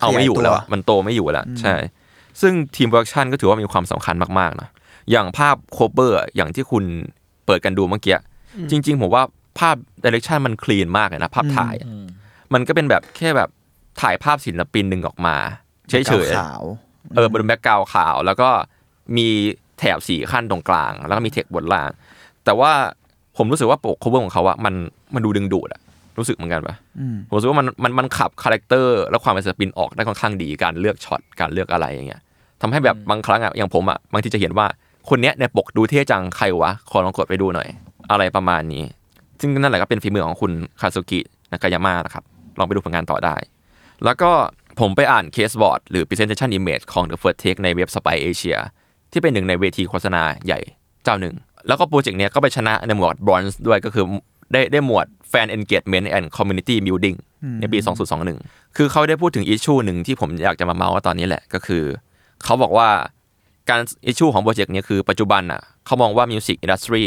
Speaker 3: เอาไม่อยู่แล้วอะมันโตไม่อยู่แล้ว ใช่ ซึ่งทีมโปรดักชันก็ถือว่ามีความสำคัญมากๆนะอย่างภาพโคเ e อร์อย่างที่คุณเปิดกันดูเมื่อกี้ จริง ๆ ผมว่าภาพดิเรกชันมันคลีนมากเลยนะ ภาพถ่ายอะ
Speaker 2: อืม
Speaker 3: มันก็เป็นแบบแค่แบบถ่ายภาพศิลปินหนึ่งออกมาเฉยๆ
Speaker 5: ขาว
Speaker 3: เออบนแบ็กกราวขาว แล้วก็มีแถบสีขั้นตรงกลาง แล้วก็มีเทคบนล่าง แต่ว่าผมรู้สึกว่าปก cover ของเขาอะมันมันดูดึงดูดอะรู้สึกเหมือนกันปะ
Speaker 5: ๆอืม
Speaker 3: ผมรู้สึกว่ามันมันมันขับคาแรคเตอร์ และความเป็นศิลปินออกได้ค่อนข้างดีการเลือกช็อตการเลือกอะไรอย่างเงี้ยทำให้แบบบางครั้งอะอย่างผมอะบางทีจะเห็นว่าคนเนี้ยในปกดูเท่จังใครวะขอลองกดไปดูหน่อย อะไรประมาณนี้ ซึ่งนั่นแหละก็เป็นฝีมือของคุณคาซุกินากายาม่านะครับลองไปดูผลงานต่อได้ แล้วก็ผมไปอ่านเคสบอร์ดหรือ presentation image ของ The First Take ในเว็บ Spy Asia ที่เป็นหนึ่งในเวทีโฆษณาใหญ่เจ้าหนึ่ง แล้วก็โปรเจกต์เนี้ยก็ไปชนะในหมวด bronze ด้วยก็คือได้ได้หมวด fan engagement and community building ในปี 2021 คือเขาได้พูดถึง issue หนึ่งที่ผมอยากจะมาเมาส์ว่าตอนนี้แหละก็คือ เขาบอกว่าการอิชชูของโปรเจกต์เนี้คือปัจจุบันอ่ะเขามองว่ามิวสิกอินดัสทรี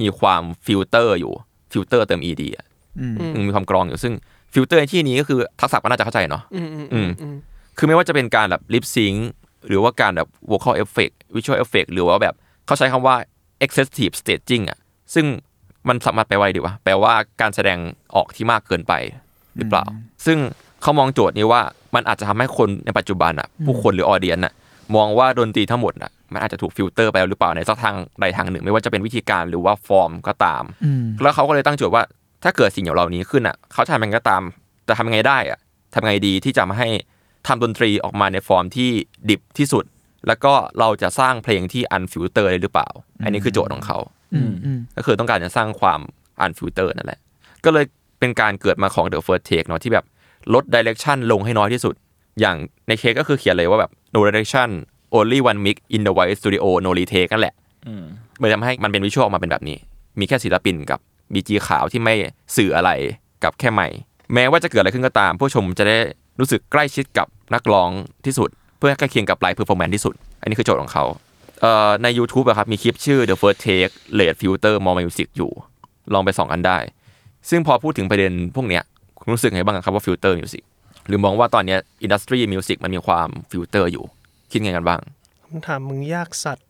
Speaker 3: มีความฟิลเตอร์อยู่ฟิลเตอร์เติม ED อ่ะอืมมีความกรองอยู่ซึ่งฟิลเตอร์ในที่นี้ก็คือทักษะก็น่าจะเข้าใจเนาะ
Speaker 4: อืมอืม
Speaker 3: อื
Speaker 4: อื
Speaker 3: ม
Speaker 4: มอืม
Speaker 3: คือไม่ว่าจะเป็นการแบบลิปซิงหรือว่าการแบบ vocal effect visual effect หรือว่าแบบเขาใช้คำว่า excessive staging อ่ะซึ่ง มันสามารถไปลไวดีวะแปลว่าการแสดงออกที่มากเกินไปหรือเปล่า ซึ่งเขามองโจทย์นี้ว่ามันอาจจะทำให้คนในปัจจุบันอ่ะผู้คนหรือออเดียนอ่ะมองว่าดนตรีทั้งหมดอ่ะมันอาจจะถูกฟิลเตอร์ไปแล้วหรือเปล่าในสักทางใดทางหนึ่ง ไม่ว่าจะเป็นวิธีการหรือว่าฟอร์มก็ตาม
Speaker 5: อืม
Speaker 3: แล้วเขาก็เลยตั้งโจทย์ว่าถ้าเกิดสิ่งเหล่านี้ขึ้นอ่ะเขาจะทำยังไงก็ตามจะทำยังไงได้อ่ะทำยังไงดีที่จะมาให้ทำดนตรีออกมาในฟอร์มที่ดิบที่สุด แล้วก็เราจะสร้างเพลงที่อันฟิลเตอร์ได้หรือเปล่า อันนี้คือโจทย์ของเขา
Speaker 5: อืมอืม
Speaker 3: ก็คือต้องการจะสร้างความอันฟิลเตอร์นั่นแหละ ก็เลยเป็นการเกิดมาของ The First Take เนาะที่แบบลดดิเรกชันลงให้น้อยที่สุด อย่างในเคสก็คือเขียนเลยว่าแบบ no direction only one mic in the white studio no retake นั่นแหละ
Speaker 2: อืม
Speaker 3: มันทำให้มันเป็นวิชวลออกมาเป็นแบบนี้ มีแค่ศิลปินกับบีจีขาวที่ไม่สื่ออะไรกับแค่ใหม่ แม้ว่าจะเกิดอะไรขึ้นก็ตาม ผู้ชมจะได้รู้สึกใกล้ชิดกับนักร้องที่สุด เพื่อให้ใกล้เคียงกับไลฟ์เพอร์ฟอร์แมนที่สุด อันนี้คือโจทย์ของเขา เอ่อใน YouTube อะครับ มีคลิปชื่อ The First Take Late Filter More Music อยู่ ลองไปส่องกันได้ ซึ่งพอพูดถึงประเด็นพวกเนี้ยคุณรู้สึกไงบ้างครับว่า Filter Music หรือมองว่าตอนเนี้ย Industry Music มันมีความฟิลเตอร์อยู่ คิดไงกันบ้าง
Speaker 4: คำถามมึงยากสัตว์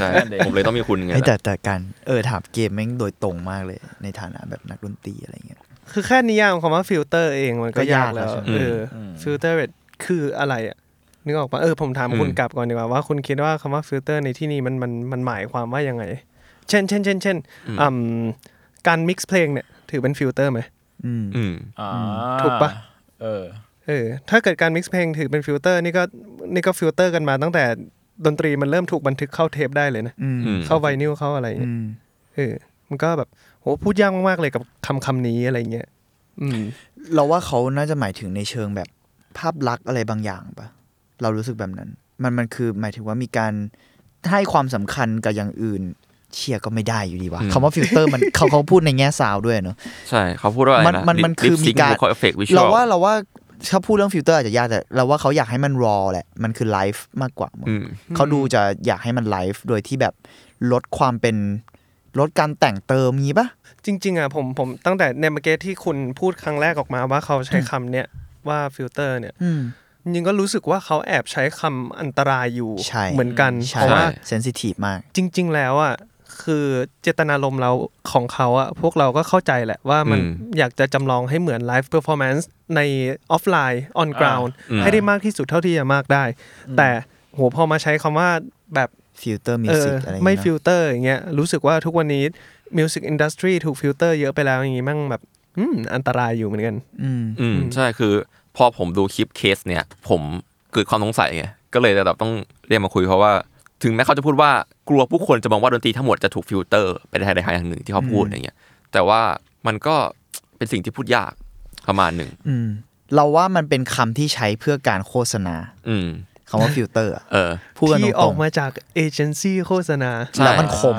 Speaker 3: ใช่ผมเลยต้องมีคุณไง
Speaker 5: ไอ้แต่แต่การเออถามเกมแม่งโดยตรงมากเลยในฐานะแบบนักดนตรีอะไรเงี้ย
Speaker 4: คือแค่นิยามคำว่าฟิลเตอร์เองมันก็ยาย
Speaker 5: ก็าก กแล้
Speaker 4: แล้ว
Speaker 5: ว
Speaker 4: เออฟิลเตอร์คืออะไรอ่ะนึกออกปะเออผมถามคุณกลับก่อนดีกว่าว่าคุณคิดว่าคำว่าฟิลเตอร์ในที่นี้มันมันมันหมายความว่ายังไง เช่นเช่นเช่นเช่นอืมการมิกซ์เพลงเนี่ยถือเป็นฟิลเตอร์ไหม
Speaker 5: อืม
Speaker 3: อืม
Speaker 2: อ่า
Speaker 4: ถูกปะ
Speaker 2: เออ
Speaker 4: เออถ้าเกิดการมิกซ์เพลงถือเป็นฟิลเตอร์นี่ก็นี่ก็ฟิลเตอร์กันมาตั้งแต่ดนตรีมันเริ่มถูกบันทึกเข้าเทปได้เลยนะ
Speaker 5: อืม
Speaker 3: อืม
Speaker 4: เข้าไวนิลเข้าอะไรอย่าง
Speaker 5: อื
Speaker 4: เงี้ย
Speaker 5: ม
Speaker 4: เออมันก็แบบโหพูดยากมากๆเลยกับคำคำนี้อะไรเงี้ยอืม
Speaker 5: เราว่าเขาน่าจะหมายถึงในเชิงแบบภาพลักษณ์อะไรบางอย่างปะเรารู้สึกแบบนั้น มันมันคือหมายถึงว่ามีการให้ความสำคัญกับอย่างอื่น เชียร์ก็ไม่ได้อยู่ดีวะ
Speaker 3: อืม
Speaker 5: คำว่าฟิลเตอร์มัน เขาเขาพูดในแง่ซาวด์ด้วยเนอะ
Speaker 3: ใช่เขาพูดว่าอะไรนะ
Speaker 5: มันมันมันคือ
Speaker 3: Lip Sync
Speaker 5: มีการ
Speaker 3: Vocal Effect Visual
Speaker 5: เราว่าเราว่าถ้าพูดเรื่องฟิลเตอร์อาจจะยากแต่เราว่าเขาอยากให้มันรอแหละ มันคือไลฟ์มากกว่ามั้ง
Speaker 3: อืม
Speaker 5: เขาดูจะอยากให้มันไลฟ์โดยที่แบบลดความเป็นลดการแต่งเติมงี้ปะ
Speaker 4: จริงๆอ่ะผมผมตั้งแต่ในเมื่อกี้ที่คุณพูดครั้งแรกออกมาว่าเขาใช้คำเนี้ยว่าฟิลเตอร์เนี่ย
Speaker 5: อืม
Speaker 4: จริงๆก็รู้สึกว่าเขาแอบใช้คำอันตรายอยู่
Speaker 5: ใช่
Speaker 4: เหมือนกัน
Speaker 5: ใช่
Speaker 4: เพราะว่า
Speaker 5: เซนซิทีฟมาก
Speaker 4: จริง ๆ แล้วอ่ะคือเจตนารมณ์เราของเขาอ่ะพวกเราก็เข้าใจแหละว่ามัน
Speaker 3: อืม
Speaker 4: อยากจะจำลองให้เหมือนไลฟ์เพอร์ฟอร์แมนซ์ในออฟไลน์ออนกราวน์
Speaker 3: อ่า
Speaker 4: ให้ได้มากที่สุดเท่าที่จะมากได้ แต่โหพอมาใช้คำว่าแบบ
Speaker 5: ฟิลเตอร์มิว
Speaker 4: เออ
Speaker 5: สิกอะไรอย่าง
Speaker 4: ไม่
Speaker 5: เงี้ย
Speaker 4: ฟิ
Speaker 5: เนอะ
Speaker 4: ลเตอร์อย่างเงี้ยรู้สึกว่าทุกวันนี้มิวสิกอินดัสทรีถูกฟิลเตอร์เยอะไปแล้วอย่างงี้มั่งแบบอืมอันตรายอยู่เหมือนกัน
Speaker 5: อืม
Speaker 3: อืมใช่คือพอผมดูคลิปเคสเนี่ย ผมเกิดความสงสัยไงก็เลยแบบต้องเรียกมาคุยเพราะว่า ถึงแม้เขาจะพูดว่ากลัวผู้คนจะมองว่าดนตรีทั้งหมดจะถูกฟิลเตอร์ไปในทางใดทางหนึ่งที่เขาพูดอย่างเงี้ยแต่ว่ามันก็เป็นสิ่งที่พูดยากประมาณหนึ่ง
Speaker 5: อืมเราว่ามันเป็นคำที่ใช้เพื่อการโฆษณา
Speaker 3: อืม
Speaker 5: คำว่าฟิลเตอร์อะ
Speaker 3: เออ
Speaker 5: พูดกันต
Speaker 4: ที่อ
Speaker 5: ร
Speaker 4: อก
Speaker 5: ง
Speaker 4: มาจากเอเจนซี่โฆษณา
Speaker 5: ๆแล้วมันคม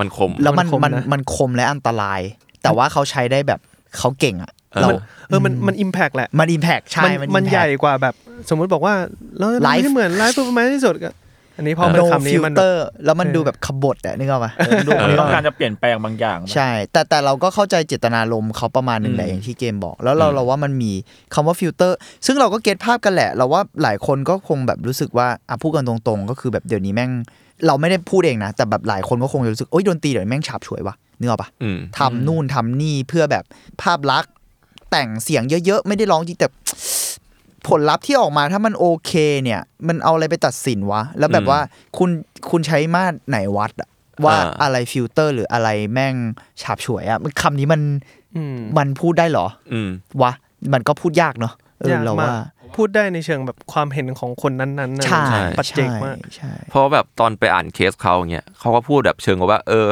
Speaker 3: มันคม
Speaker 5: แล้วมัน
Speaker 4: มันคม
Speaker 5: มัน
Speaker 4: นะ
Speaker 5: มันคมและอันตราย แต่ว่าเขาใช้ได้แบบเขาเก่งอะ
Speaker 3: เออ
Speaker 5: เรา
Speaker 4: เออมันมันอิมแพกแหละ
Speaker 5: มันอิมแพกใช่
Speaker 4: มันมัน
Speaker 5: impact
Speaker 4: ใหญ่กว่าแบบ สมมุติบอกว่าแล้วมัน
Speaker 5: Live
Speaker 4: ไม่เหมือนไลฟ์เปอร์มาที่สุดก็อันนี้พอมัน
Speaker 5: no
Speaker 4: คำนี้มันแบบ
Speaker 5: filter แล้วมัน
Speaker 4: เออ
Speaker 5: ดูแบบขบฏอะนึกออกปะดู
Speaker 2: อัน
Speaker 5: นึ
Speaker 2: นี้
Speaker 5: กอ
Speaker 2: ต้อ
Speaker 5: อก
Speaker 2: งการ
Speaker 5: ปะ
Speaker 2: จะเปลี่ยนแปลงบางอย่างปะ
Speaker 5: ใช่ แต่แต่เราก็เข้าใจเจตนารมณ์เขาประมาณหนึ่งแหละ
Speaker 2: อืม
Speaker 5: อย่างที่เกมบอก แล้วเราเราว่ามันมีคำว่าฟิลเตอร์ ซึ่งเราก็เก็ตภาพกันแหละ เราว่าหลายคนก็คงแบบรู้สึกว่าอ่ะพูดกันตรงๆ ก็คือแบบเดี๋ยวนี้แม่ง เราไม่ได้พูดเองนะ แต่แบบหลายคนก็คงจะรู้สึกโอ๊ยดนตรีเดี๋ยวนี้แม่งฉาบฉวยว่ะนึกออกปะ
Speaker 3: อืม
Speaker 5: ทำนู่นทำนี่เพื่อแบบภาพลักษณ์แต่งเสียงเยอะๆ ไม่ได้ร้องจริงแต่ ผลลัพธ์ที่ออกมาถ้ามันโอเคเนี่ย มันเอาอะไรไปตัดสินวะ แล้วแบบ
Speaker 3: อืม
Speaker 5: ว่าคุณคุณใช้มาตรไหนวัดอะว่า
Speaker 3: อ่า
Speaker 5: อะไรฟิลเตอร์หรืออะไรแม่งฉาบฉวยอะมันคำนี้มัน
Speaker 4: อืม
Speaker 5: มันพูดได้เหรอ
Speaker 3: อืม
Speaker 5: วะ มันก็พูดยากเนาะเออย
Speaker 4: าก
Speaker 5: เรา
Speaker 4: มาก
Speaker 5: ว่า
Speaker 4: พูดได้ในเชิงแบบความเห็นของคนนั้นๆนะ
Speaker 5: ใช่
Speaker 3: ใช่
Speaker 4: ปัจเจ
Speaker 5: ใช่
Speaker 4: กมาก
Speaker 5: ใช่
Speaker 3: เพราะว่าแบบตอนไปอ่านเคสเขาอย่างเงี้ยเขาก็พูดแบบเชิงว่าเออ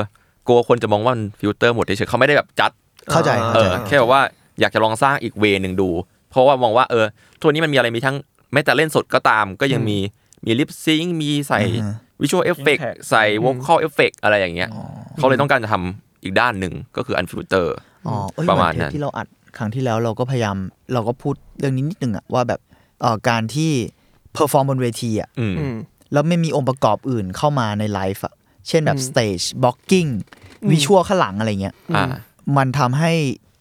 Speaker 3: กลัวคนจะมองว่ามันฟิลเตอร์หมดเฉยๆเขาไม่ได้แบบจัด
Speaker 5: เข้าใจ
Speaker 3: เอ
Speaker 5: เข้าใจ
Speaker 3: อแค่แบบว่าอยากจะลองสร้างอีกเวย์หนึ่งดู เพราะว่ามองว่าเออทัวนี้มันมีอะไรมีทั้งแม้แต่เล่นสดก็ตาม ก็ยังมีมีลิปซิงมีใส่
Speaker 5: อือฮะ
Speaker 3: วิชวลเอฟเฟก
Speaker 2: Impact
Speaker 3: ใส่วงคอลเอฟเฟกอะไรอย่างเงี้ยเขาเลยต้องการจะทำอีกด้านหนึ่งก็คืออันฟิลเตอร์
Speaker 5: อ๋อเอ้ย
Speaker 3: ประมาณ
Speaker 5: เหอ
Speaker 3: นั้น
Speaker 5: เทปที่เราอัดครั้งที่แล้วเราก็พยายามเราก็พูดเรื่องนี้นิดนึงอะว่าแบบเอ่อการที่เพอร์ฟอร์มบนเวทีอะ
Speaker 3: อืม
Speaker 4: อืม
Speaker 5: แล้วไม่มีองค์ประกอบอื่นเข้ามาในไลฟ์อะเช่นแบบ
Speaker 4: อืม
Speaker 5: สเตจบล็อกกิ้งวิชวลข้างหลังอะไรเงี้ย
Speaker 3: อ่า
Speaker 5: มันทำให้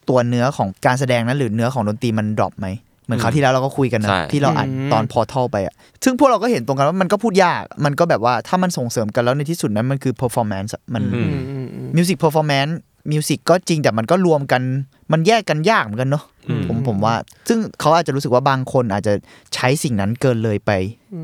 Speaker 5: ตัวเนื้อของการแสดงนั้นหรือเนื้อของดนตรีมันดรอปไหม เหมือนคราวที่แล้วเราก็คุยกันนะ
Speaker 3: ใช่
Speaker 5: ที่เราอัดตอนพอทัลไปอะซึ่งพวกเราก็เห็นตรงกันว่ามันก็พูดยาก มันก็แบบว่าถ้ามันส่งเสริมกันแล้วในที่สุดนั้นมันคือเพอร์ฟอร์แมนซ์มัน
Speaker 3: อืม
Speaker 4: อืมอืม
Speaker 5: มิวสิกเพอร์ฟอร์แมนซ์ มิวสิกก็จริงแต่มันก็รวมกันมันแยกกันยากเหมือนกันเนาะ
Speaker 3: อืม
Speaker 5: ผมผมว่า ซึ่งเขาอาจจะรู้สึกว่าบางคนอาจจะใช้สิ่งนั้นเกินเลยไป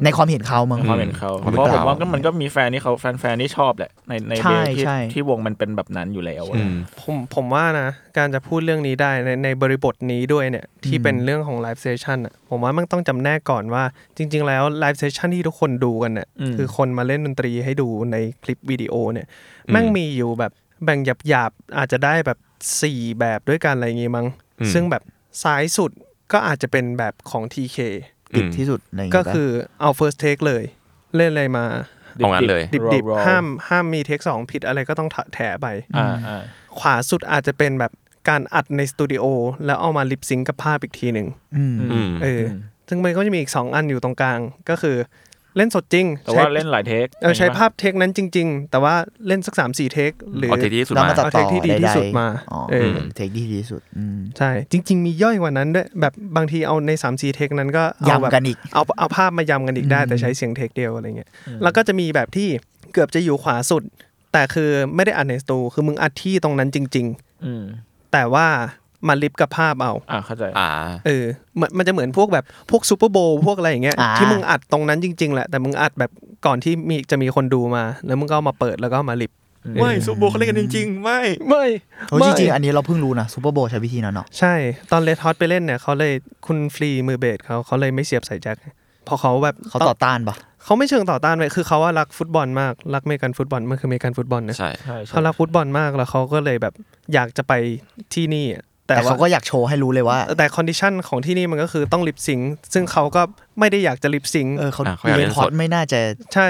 Speaker 5: ในความเห็นเขามั้ง
Speaker 2: ความเห็นเขา
Speaker 3: อื
Speaker 2: เพ
Speaker 3: ม
Speaker 2: ราะผมว่า
Speaker 3: หรือเปล่า
Speaker 2: ก็มันก็มีแฟนที่เขาแฟนๆที่ชอบแหละในใน
Speaker 5: ใช่
Speaker 2: เบที่
Speaker 5: ใช่
Speaker 2: ที่วงมันเป็นแบบนั้นอยู่แล้วอะ
Speaker 3: อืม
Speaker 4: ผมผมว่านะ การจะพูดเรื่องนี้ได้ในในบริบทนี้ด้วยเนี่ย ที่
Speaker 5: อืม
Speaker 4: เป็นเรื่องของไลฟ์เซสชันอ่ะผมว่ามันต้องจำแนกก่อนว่า จริง ๆ แล้วไลฟ์เซสชันที่ทุกคนดูกันเนี่ย
Speaker 2: ม
Speaker 4: คือคนมาเล่นดนตรีให้ดูในคลิปวิดีโอเนี่ย แม่งมีอยู่แบบแบ่งหยาบหยาบๆอาจจะได้แบบ 4 แบบด้วยกันอะไรอย่างงี้มั้ง
Speaker 3: อืม
Speaker 4: ซึ่งแบบซ้ายสุดก็อาจจะเป็นแบบของ TK
Speaker 5: ติดที่สุดอะไรอย่าง
Speaker 4: ก็
Speaker 5: เงี้ยปะ
Speaker 4: คือเอา first take เลย เล่นอะไรมา
Speaker 2: ดิบๆ
Speaker 3: เอางั้นเลย
Speaker 4: ดิบๆ
Speaker 2: รอๆ
Speaker 4: ห้ามห้ามมีเทคสองผิดอะไรก็ต้องถะแถไป
Speaker 2: อ่าอ่า
Speaker 4: ขวาสุดอาจจะเป็นแบบการอัดในสตูดิโอแล้วเอามาลิปซิงกับภาพอีกทีหนึ่ง
Speaker 3: อืม
Speaker 4: เอออซึ่งมันก็จะมีอีก 2 อันอยู่ตรงกลาง ก็คือเล่นสดจริง
Speaker 2: แต่ว่า
Speaker 4: ใช้
Speaker 2: เล่นหลายเทค
Speaker 4: เออใช้ภาพเทคนั้นจริง ๆ แต่ว่าเล่นสัก3ามสี่เทคหรือ
Speaker 3: เอาเทคที่สุด
Speaker 5: แล้ว
Speaker 3: มา
Speaker 5: มาตัด
Speaker 4: เอาเท
Speaker 5: ต่
Speaker 4: ค
Speaker 5: อ
Speaker 4: ที่ดีที่สุดมา
Speaker 5: อ๋อ
Speaker 4: เออ
Speaker 5: เทคที่ดีที่สุดอืม
Speaker 4: ใช่ จริง ๆ มีย่อยกว่านั้นด้วยแบบบางทีเอาใน3ามสี่เทคนั้นก็เอาแบบ
Speaker 5: ย้ำกันอีก
Speaker 4: เอาเอาภาพมายำกันอีกได้ แต่ใช้เสียงเทคเดียวอะไรเงี้ยแล้วก็จะมีแบบที่เกือบจะอยู่ขวาสุด แต่คือไม่ได้อัดในสตูคือมึงอัดที่ตรงนั้นจริง
Speaker 2: อืม
Speaker 4: ๆ แต่ว่ามาลิปกับภาพเอา
Speaker 2: อ่าเข้าใจ
Speaker 3: อ่า
Speaker 4: เออเหมือนมันจะเหมือนพวกแบบพวกซูเปอร์โบว์พวกอะไรอย่างเงี้ย
Speaker 5: อ่า
Speaker 4: ที่มึงอัดตรงนั้นจริง ๆ แหละ แต่มึงอัดแบบก่อนที่มีจะมีคนดูมา แล้วมึงก็เอามาเปิดแล้วก็เอามาลิป
Speaker 3: ไม่ซูโบเขาเล่นกันจริง ๆ ไม่
Speaker 4: ไม่
Speaker 5: โอ้ยจริงๆ อันนี้เราเพิ่งรู้นะซูเปอร์โบใช้วิธีนั้นเนาะ
Speaker 4: ใช่ ตอนเลทฮอตไปเล่นเนี่ยเขาเลยคุณฟรีมือเบสเขาเขาเลยไม่เสียบใส่แจ็คเพอเขาแบบ
Speaker 5: เขาต่อต้านปะ
Speaker 4: เขาไม่เชิงต่อต้านเลยคือเขาว่ารักฟุตบอลมากรักเมกันฟุตบอลมันคือเมกันฟุตบอลนะ
Speaker 3: ใช่
Speaker 2: ใช่ใช่
Speaker 4: เขารักฟุตบอลมากแล้วเขาก็เลยแบบอยากจะไปที่นี่อะแต่
Speaker 5: แต่
Speaker 4: ว่า
Speaker 5: เขาก็อยากโชว์ให้รู้เลยว่า
Speaker 4: แต่คอนดิชันของที่นี่มันก็คือต้องลิปซิงค์ซึ่งเขาก็ไม่ได้อยากจะลิปซิงค์
Speaker 5: เออเขา
Speaker 3: อ่ะเขาอยาก
Speaker 5: เล
Speaker 3: เล่
Speaker 5: น
Speaker 3: น
Speaker 5: ฮอ
Speaker 3: ส
Speaker 5: ต
Speaker 3: ด
Speaker 5: ไม่น่าจะ
Speaker 4: ใช่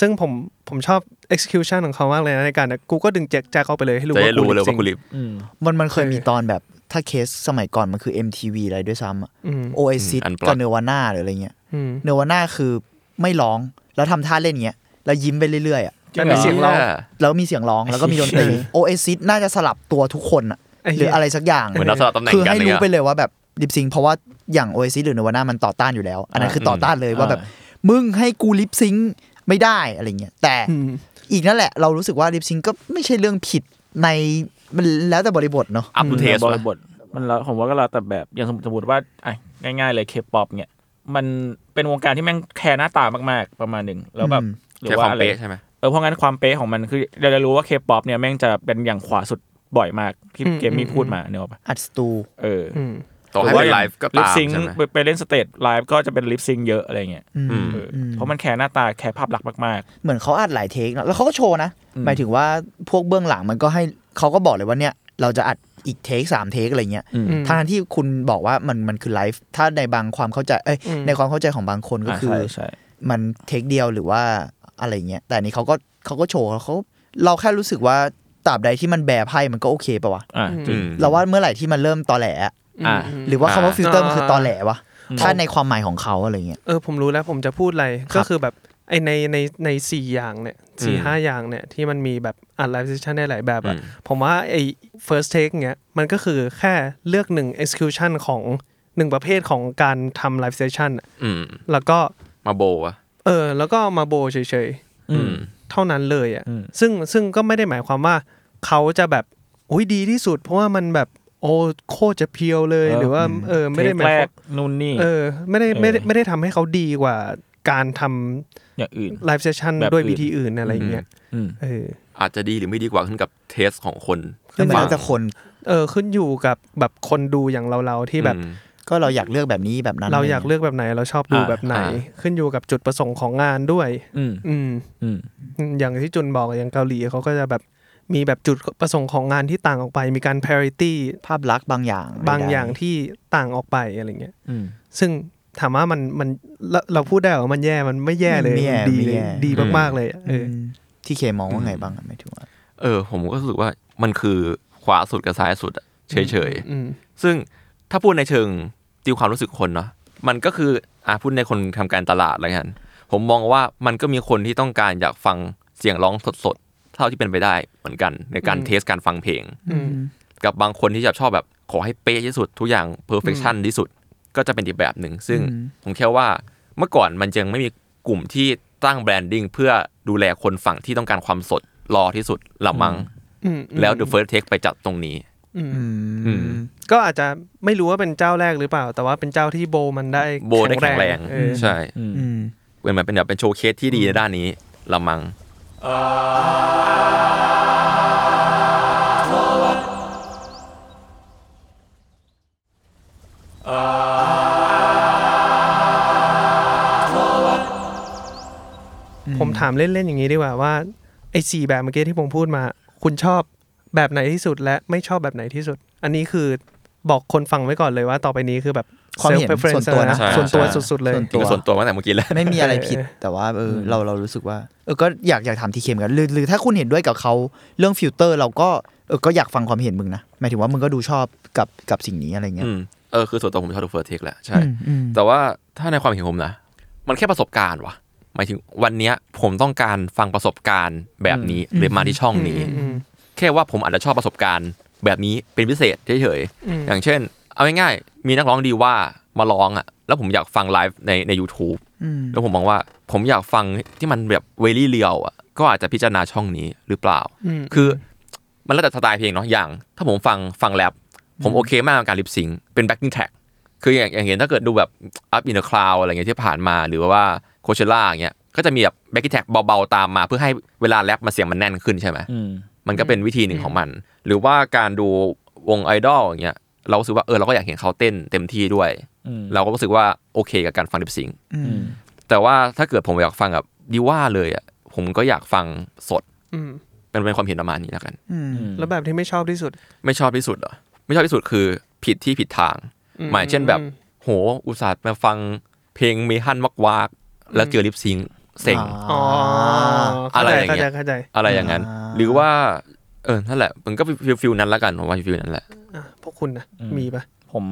Speaker 4: ซึ่งผมผมชอบ execution ของเขามากเลยนะในการกูก็ดึงแจ็คแจ็คเข้าไปเลยให้รู้
Speaker 3: จะ
Speaker 4: ว่า
Speaker 3: ได้รู้เลยว่า
Speaker 4: กู
Speaker 3: กู
Speaker 4: ลิปซิงค์
Speaker 3: ลิฟ
Speaker 2: อืม
Speaker 5: มันมันเคยมีตอนแบบถ้าเคสสมัยก่อนมันคือ MTV อะไรด้วยซ้ำอะ
Speaker 4: อืม
Speaker 5: Oasis
Speaker 3: อืม Unplugged
Speaker 5: กับเนวาน่าหรืออะไรเงี้ย
Speaker 4: อืม
Speaker 5: เนวาน่าคือไม่ร้องแล้วทำท่าเล่นเงี้ยแล้วยิ้มไปเรื่อยๆอ่ะ
Speaker 4: แต่มีเสียงเรา
Speaker 5: แล้วมีเสียงร้องแล้วก็มีดนตรี Oasis น่าจะสลับตัวทุกคนอะ
Speaker 4: ไอ้
Speaker 5: ห
Speaker 4: เหี้ย
Speaker 5: รืออะไรสักอย่าง
Speaker 3: เหมือนเราสลับตำแหน่ง
Speaker 5: คือ
Speaker 3: กัน
Speaker 5: ให้
Speaker 3: อะไร
Speaker 5: รู้
Speaker 3: เงี้ย
Speaker 5: ไปเลยว่าแบบลิปซิงค์เพราะว่าอย่างโอเอซิหรือเนวาน่ามันต่อต้านอยู่แล้ว อันนั้นคือต่อต้านเลยว่าแบบ มึงให้กูลิปซิงค์ไม่ได้อะไรเงี้ยแต่
Speaker 4: อืม
Speaker 5: อีกนั่นแหละเรารู้สึกว่าลิปซิงค์ก็ไม่ใช่เรื่องผิดในมันแล้วแต่บริบทเนาะ
Speaker 3: อัพทูเทส
Speaker 2: บริบทมันแล้วผมว่าก็แล้วแต่แบบอย่างสมมติว่าอ่ะง่าย ๆ เลยเคป๊อปเนี่ย มันเป็นวงการที่แม่งแคร์หน้าตามากๆ ประมาณหนึ่งแล้วแบบหรือ
Speaker 3: ใช้
Speaker 2: ว่าว
Speaker 3: คาม
Speaker 2: อะไร
Speaker 3: เป๊ะใช่ไหม
Speaker 2: เออเพราะงั้นความเป๊ะของมันคือเราจะรู้ว่าเคป๊อปเนี่ยแม่งจะเป็นอย่างขวาสุดบ่อยมากที่เกมมี่พูดมาเนกอะปะ
Speaker 5: อัดสตู
Speaker 2: เออ
Speaker 4: อืม
Speaker 3: ต่อให้เป็นไลฟ์ก็ตาม
Speaker 2: ซิง
Speaker 3: ใช่ไหม
Speaker 2: ไปเล่นสเตจไลฟ์ก็จะเป็นลิปซิงเยอะอะไรเงี้ย
Speaker 5: อืม
Speaker 3: อืม
Speaker 2: เอออเพราะมันแคร์หน้าตาแคร์ภาพลักษณ์มาก
Speaker 5: เหมือนเขาอัดหลายเทคเนอะแล้วเขาก็โชว์นะ
Speaker 2: อืม
Speaker 5: หมายถึงว่าพวกเบื้องหลังมันก็ให้เขาก็บอกเลยว่าเนี่ย เราจะอัดอีกเทคสามเทคอะไรเงี้ย
Speaker 2: อืม
Speaker 5: ทางที่คุณบอกว่ามันมันคือไลฟ์ถ้าในบางความเข้าใจเอ้ยในความเข้าใจของบางคน
Speaker 2: ๆ
Speaker 5: ก็คือ
Speaker 2: ใช่ใช่
Speaker 5: มันเทคเดียวหรือว่าอะไรเงี้ย แต่อันนี้เขาก็เขาก็โชว์เขาเราแค่รู้สึกว่าตราบใดที่มันแบร์ไพ่มันก็โอเคปะวะ
Speaker 2: อ่ะจริง
Speaker 5: เราว่าเมื่อไหร่ที่มันเริ่มตอแหลอะ
Speaker 2: อ่ะ
Speaker 4: ม
Speaker 5: หรือว่าคำว่าฟิลเตอร์มันคือตอแหลวะ
Speaker 2: อืม
Speaker 5: ถ้าในความหมายของเขาอะไรเงี้ย
Speaker 4: เออผมรู้แล้วผมจะพูดอะไร
Speaker 5: ครับ
Speaker 4: ก็คือแบบไอในในในสี่อย่างเนี่ยสี่
Speaker 3: อืม
Speaker 4: ห้าอย่างเนี่ยที่มันมีแบบอัดไลฟ์เซสชันได้หลายแบบอะ
Speaker 3: อืม
Speaker 4: ผมว่าไอ first take เนี้ยมันก็คือแค่เลือกหนึ่ง execution ของหนึ่งประเภทของการทำไลฟ์เซสชันอะ
Speaker 3: อืม
Speaker 4: แล้วก็
Speaker 3: มาโบวะ
Speaker 4: เออแล้วก็มาโบว์เฉยๆ
Speaker 2: อืม
Speaker 4: เท่านั้นเลยอะ่ะ
Speaker 2: อืม
Speaker 4: ซึ่งซึ่งก็ไม่ได้หมายความว่าเขาจะแบบโอ้ยดีที่สุด เพราะว่ามันแบบโอ้โคตรจะเพียวเลยหรือว่าเออไม่ได้ห
Speaker 2: เท
Speaker 4: มา
Speaker 2: ค
Speaker 4: ย
Speaker 2: แร
Speaker 4: ควาก ม
Speaker 2: นู่นนี่
Speaker 4: เออไม่ได้
Speaker 2: เออ
Speaker 4: ไม่ได้ไม่ได้ทำให้เขาดีกว่าการท
Speaker 2: อย่างอื่น
Speaker 4: ำไลฟ์เซสชัน
Speaker 2: แบบ
Speaker 4: ด้วย
Speaker 2: อื่น
Speaker 4: วิธีอื่นอะไรอย่างเงี้ย
Speaker 2: อืม
Speaker 4: เออ
Speaker 3: อาจจะดีหรือไม่ดีกว่าขึ้นกับเทสของคน
Speaker 4: ขึ้
Speaker 5: ก็
Speaker 4: น
Speaker 5: มั
Speaker 4: มาน
Speaker 3: ฟัง
Speaker 5: ก็จะคน
Speaker 4: เออขึ้นอยู่กับแบบคนดูอย่างเราเราๆที่แบบ
Speaker 3: อืม
Speaker 5: ก็เราอยากเลือกแบบนี้แบบนั้น
Speaker 4: เราอยากเลือกแบบไหนเราชอบดู
Speaker 2: อ่า
Speaker 4: แบบไหน
Speaker 3: อ่า
Speaker 4: ขึ้นอยู่กับจุดประสงค์ของงานด้วย
Speaker 2: อืม
Speaker 4: อืม
Speaker 2: อืม
Speaker 4: อืมอย่างที่จุนบอกอย่างเกาหลีเขาก็จะแบบมีแบบจุดประสงค์ของงานที่ต่างออกไป มีการ parity
Speaker 5: ภาพลักษณ์บางอย่าง
Speaker 4: บางอย่าง
Speaker 5: ใด
Speaker 4: ที่ต่างออกไปอะไรเงี้ย
Speaker 2: อืม
Speaker 4: ซึ่งถามว่ามันมันเราเราพูดได้เหรอมันแย่ มันไม่แย่เลย
Speaker 5: ไม่แย่
Speaker 4: มันดีเล
Speaker 5: ไม่
Speaker 4: ย
Speaker 5: แย่
Speaker 4: ดีมากๆเลยอะ
Speaker 5: ๆ
Speaker 4: เอออ
Speaker 5: มที่เคมองว่าไงบ้างอะหมายถึงว่า
Speaker 3: เออ ผมก็รู้สึกว่ามันคือขวาสุดกับซ้ายสุดอะเฉย
Speaker 4: อืม
Speaker 3: ๆ ซึ่งถ้าพูดในเชิงตีความรู้สึกคนเนาะมันก็คืออ่ะพูดในคนทำการตลาดแล้วกัน ผมมองว่ามันก็มีคนที่ต้องการอยากฟังเสียงร้องสดๆ เท่าที่เป็นไปได้เหมือนกัน ในการเทสการฟังเพลง
Speaker 4: อืม
Speaker 3: กับบางคนที่แบบชอบแบบขอให้เป๊ะที่สุดทุกอย่าง perfection ที่สุดก็จะเป็นอีกแบบหนึ่ง ซึ่ง
Speaker 5: อืม
Speaker 3: ผมแค่ว่าเมื่อก่อนมันยังไม่มีกลุ่มที่ตั้งแบรนดิ้งเพื่อดูแลคนฝั่งที่ต้องการความสดรอที่สุดหรือมั้ง
Speaker 4: อืม
Speaker 3: แล้ว The First Take ไปจัดตรงนี้
Speaker 4: อืม
Speaker 5: อื
Speaker 3: อื
Speaker 5: ม
Speaker 3: ม
Speaker 4: ก็อาจจะไม่รู้ว่าเป็นเจ้าแรกหรือเปล่า แต่ว่าเป็นเจ้าที่โบมันได้
Speaker 3: โบได้แข็งแรง
Speaker 4: เออ
Speaker 3: ใช่
Speaker 2: อืม
Speaker 5: อืม
Speaker 3: เป็นเหมือนเป็นแบบเป็นโชว์เคสที่ดีในด้านนี้ละมัง
Speaker 4: ผมถามเล่น ๆ อย่างนี้ดีกว่าว่าไอ้สี่แบบเมื่อกี้ที่ผมพูดมา คุณชอบแบบไหนที่สุดและไม่ชอบแบบไหนที่สุด อันนี้คือบอกคนฟังไว้ก่อนเลยว่าต่อไปนี้คือแบบ
Speaker 5: ความเห็น
Speaker 4: self-preference
Speaker 5: ส่วนตัวนะ
Speaker 3: ใช่
Speaker 4: ส่วนตัว
Speaker 5: ใช่
Speaker 4: สุด ๆ เลย
Speaker 5: ส่วน
Speaker 3: ถึ
Speaker 5: ตั
Speaker 3: ง
Speaker 5: ว
Speaker 3: ส่วนตัวตั้งแต่เมื่อกี้แล้ว
Speaker 5: ไม่มีอะไรผิด
Speaker 4: เออ
Speaker 5: แต่ว่าเออเราเรารู้สึกว่าเออก็อยากอยากถามทีเคมอนกันหรือหรือถ้าคุณเห็นด้วยกับเขาเรื่องฟิลเตอร์ เราก็เออก็อยากฟังความเห็นมึงนะหมายถึงว่ามึงก็ดูชอบกับกับสิ่งนี้อะไรเงี้ย
Speaker 3: อืมเออคือส่วนตัวผมชอบ The First Take แหละใช่
Speaker 5: อืมอืม
Speaker 3: แต่ว่าถ้าในความเห็นผมนะ มันแค่ประสบการณ์วะหมายถึงวันเนี้ยผมต้องการฟังประสบการณ์แบบนี้หรือมาที่ช่องนี้
Speaker 4: อืม
Speaker 3: แค่ว่าผมอาจจะชอบประสบการณ์แบบนี้เป็นพิเศษเฉย
Speaker 4: อืม
Speaker 3: ๆอย่างเช่น เอาง่ายๆมีนักร้องดีว่ามาร้องอ่ะ แล้วผมอยากฟังไลฟ์ในใน u t u b e
Speaker 5: อืม
Speaker 3: แล้วผมมองว่าผมอยากฟังที่มันแบบเวลี่เรียวอ่ะก็อาจจะพิจารณาช่องนี้หรือเปล่า
Speaker 4: อืม
Speaker 3: คือมันแล้วแต่สไตล์เพลงเนาะอย่าง ถ้าผมฟังฟังแรปผมโอเคมากกับการลิปซิงค์เป็นแบ็กกิ้งแท็กคืออย่างอย่างเห็นถ้าเกิดดูแบบ Up in the Cloud อะไรเงี้ยที่ผ่านมาหรือว่าโคเชล่าอย่างเงี้ยก็จะมีแบบแบ็กกิ้งแท็กเบาๆตามมา เพื่อให้เวลาแรปมาเสียงมันแน่นขึ้นใช่ไหม
Speaker 2: อืม
Speaker 3: มันก็เป็นวิธีหนึ่งของมัน หรือว่าการดูวงไอดอลอย่างเงี้ยเรารู้สึกว่าเออเราก็อยากเห็นเขาเต้นเต็มที่ด้วย
Speaker 2: อืม
Speaker 3: เราก็รู้สึกว่าโอเคกับการฟังลิปซิงค์
Speaker 5: อื
Speaker 2: อื
Speaker 5: ม
Speaker 2: ม
Speaker 3: แต่ว่าถ้าเกิดผมอยากฟังแบบดีว่าเลยอ่ะผมก็อยากฟังสด
Speaker 4: อืม
Speaker 3: เป็นเป็นความเห็นประมาณนี้แล้วกัน
Speaker 5: อืม
Speaker 2: อืม
Speaker 4: แล้วแบบที่ไม่ชอบที่สุด
Speaker 3: ไม่ชอบที่สุดเหรอไม่ชอบที่สุดคือผิดที่ผิดทาง
Speaker 4: อื
Speaker 3: หมายเช่นแบบ โหอุตส่าห์มาฟังเพลงเมฮันวักวากแล้วเจอลิปซิงค์เซ็ง
Speaker 4: อ๋อเข้า
Speaker 3: อะไร
Speaker 4: ใจ
Speaker 3: อย่าง
Speaker 4: เข้า
Speaker 3: เงี้
Speaker 4: ใจ
Speaker 3: ย
Speaker 4: เข้าใจ
Speaker 3: อะไรอย่างนั้น
Speaker 5: อ่า
Speaker 3: หรือว่าเออนั่นแหละมันก็ฟิลฟิลนั้นละกันผมว่าฟิลนั้นแหละ
Speaker 4: อ่ะพวกคุณนะ
Speaker 2: อืม
Speaker 4: มีปะ
Speaker 2: ผม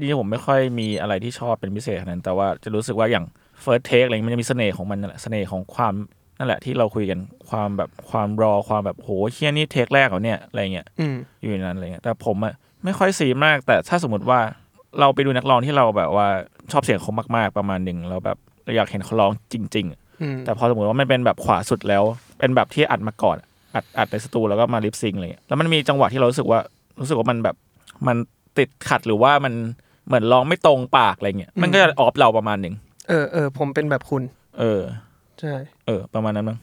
Speaker 2: จริงๆผมไม่ค่อยมีอะไรที่ชอบเป็นพิเศษขนาดนั้นแต่ว่าจะรู้สึกว่าอย่าง first take อะไรเงี้ยมันจะมีเสน่ห์ของมันนั่นแหละเสน่ห์ของความนั่นแหละที่เราคุยกันความแบบความรอความแบบโหเฮี้ยนี่เทคแรกเหรอเนี่ยอะไรเงี้ย
Speaker 4: อืม
Speaker 2: อยู่ในนั้นอะไรเงี้ยแต่ผมอะไม่ค่อยซีมาก แต่ถ้าสมมติว่าเราไปดูนักร้องที่เราแบบว่าชอบเสียงเขามากๆประมาณหนึ่งเราแบบเราอยากเห็นเขาร้องจริง ๆ
Speaker 4: อืม
Speaker 2: แต่พอสมมติว่ามันเป็นแบบขวาสุดแล้ว เป็นแบบที่อัดมาก่อน อัดอัดในสตูแล้วก็มาลิปซิงค์อะไรอย่างเงี้ยแล้วมันมีจังหวะที่เรารู้สึกว่ารู้สึกว่ามันแบบมันติดขัดหรือว่ามันเหมือนร้องไม่ตรงปากอะไรเงี้ยมันก็จะออฟเราประมาณหนึ่ง
Speaker 4: เออเออผมเป็นแบบคุณ
Speaker 2: เออ
Speaker 4: ใช่
Speaker 2: เออ ประมาณนั้นมั้ง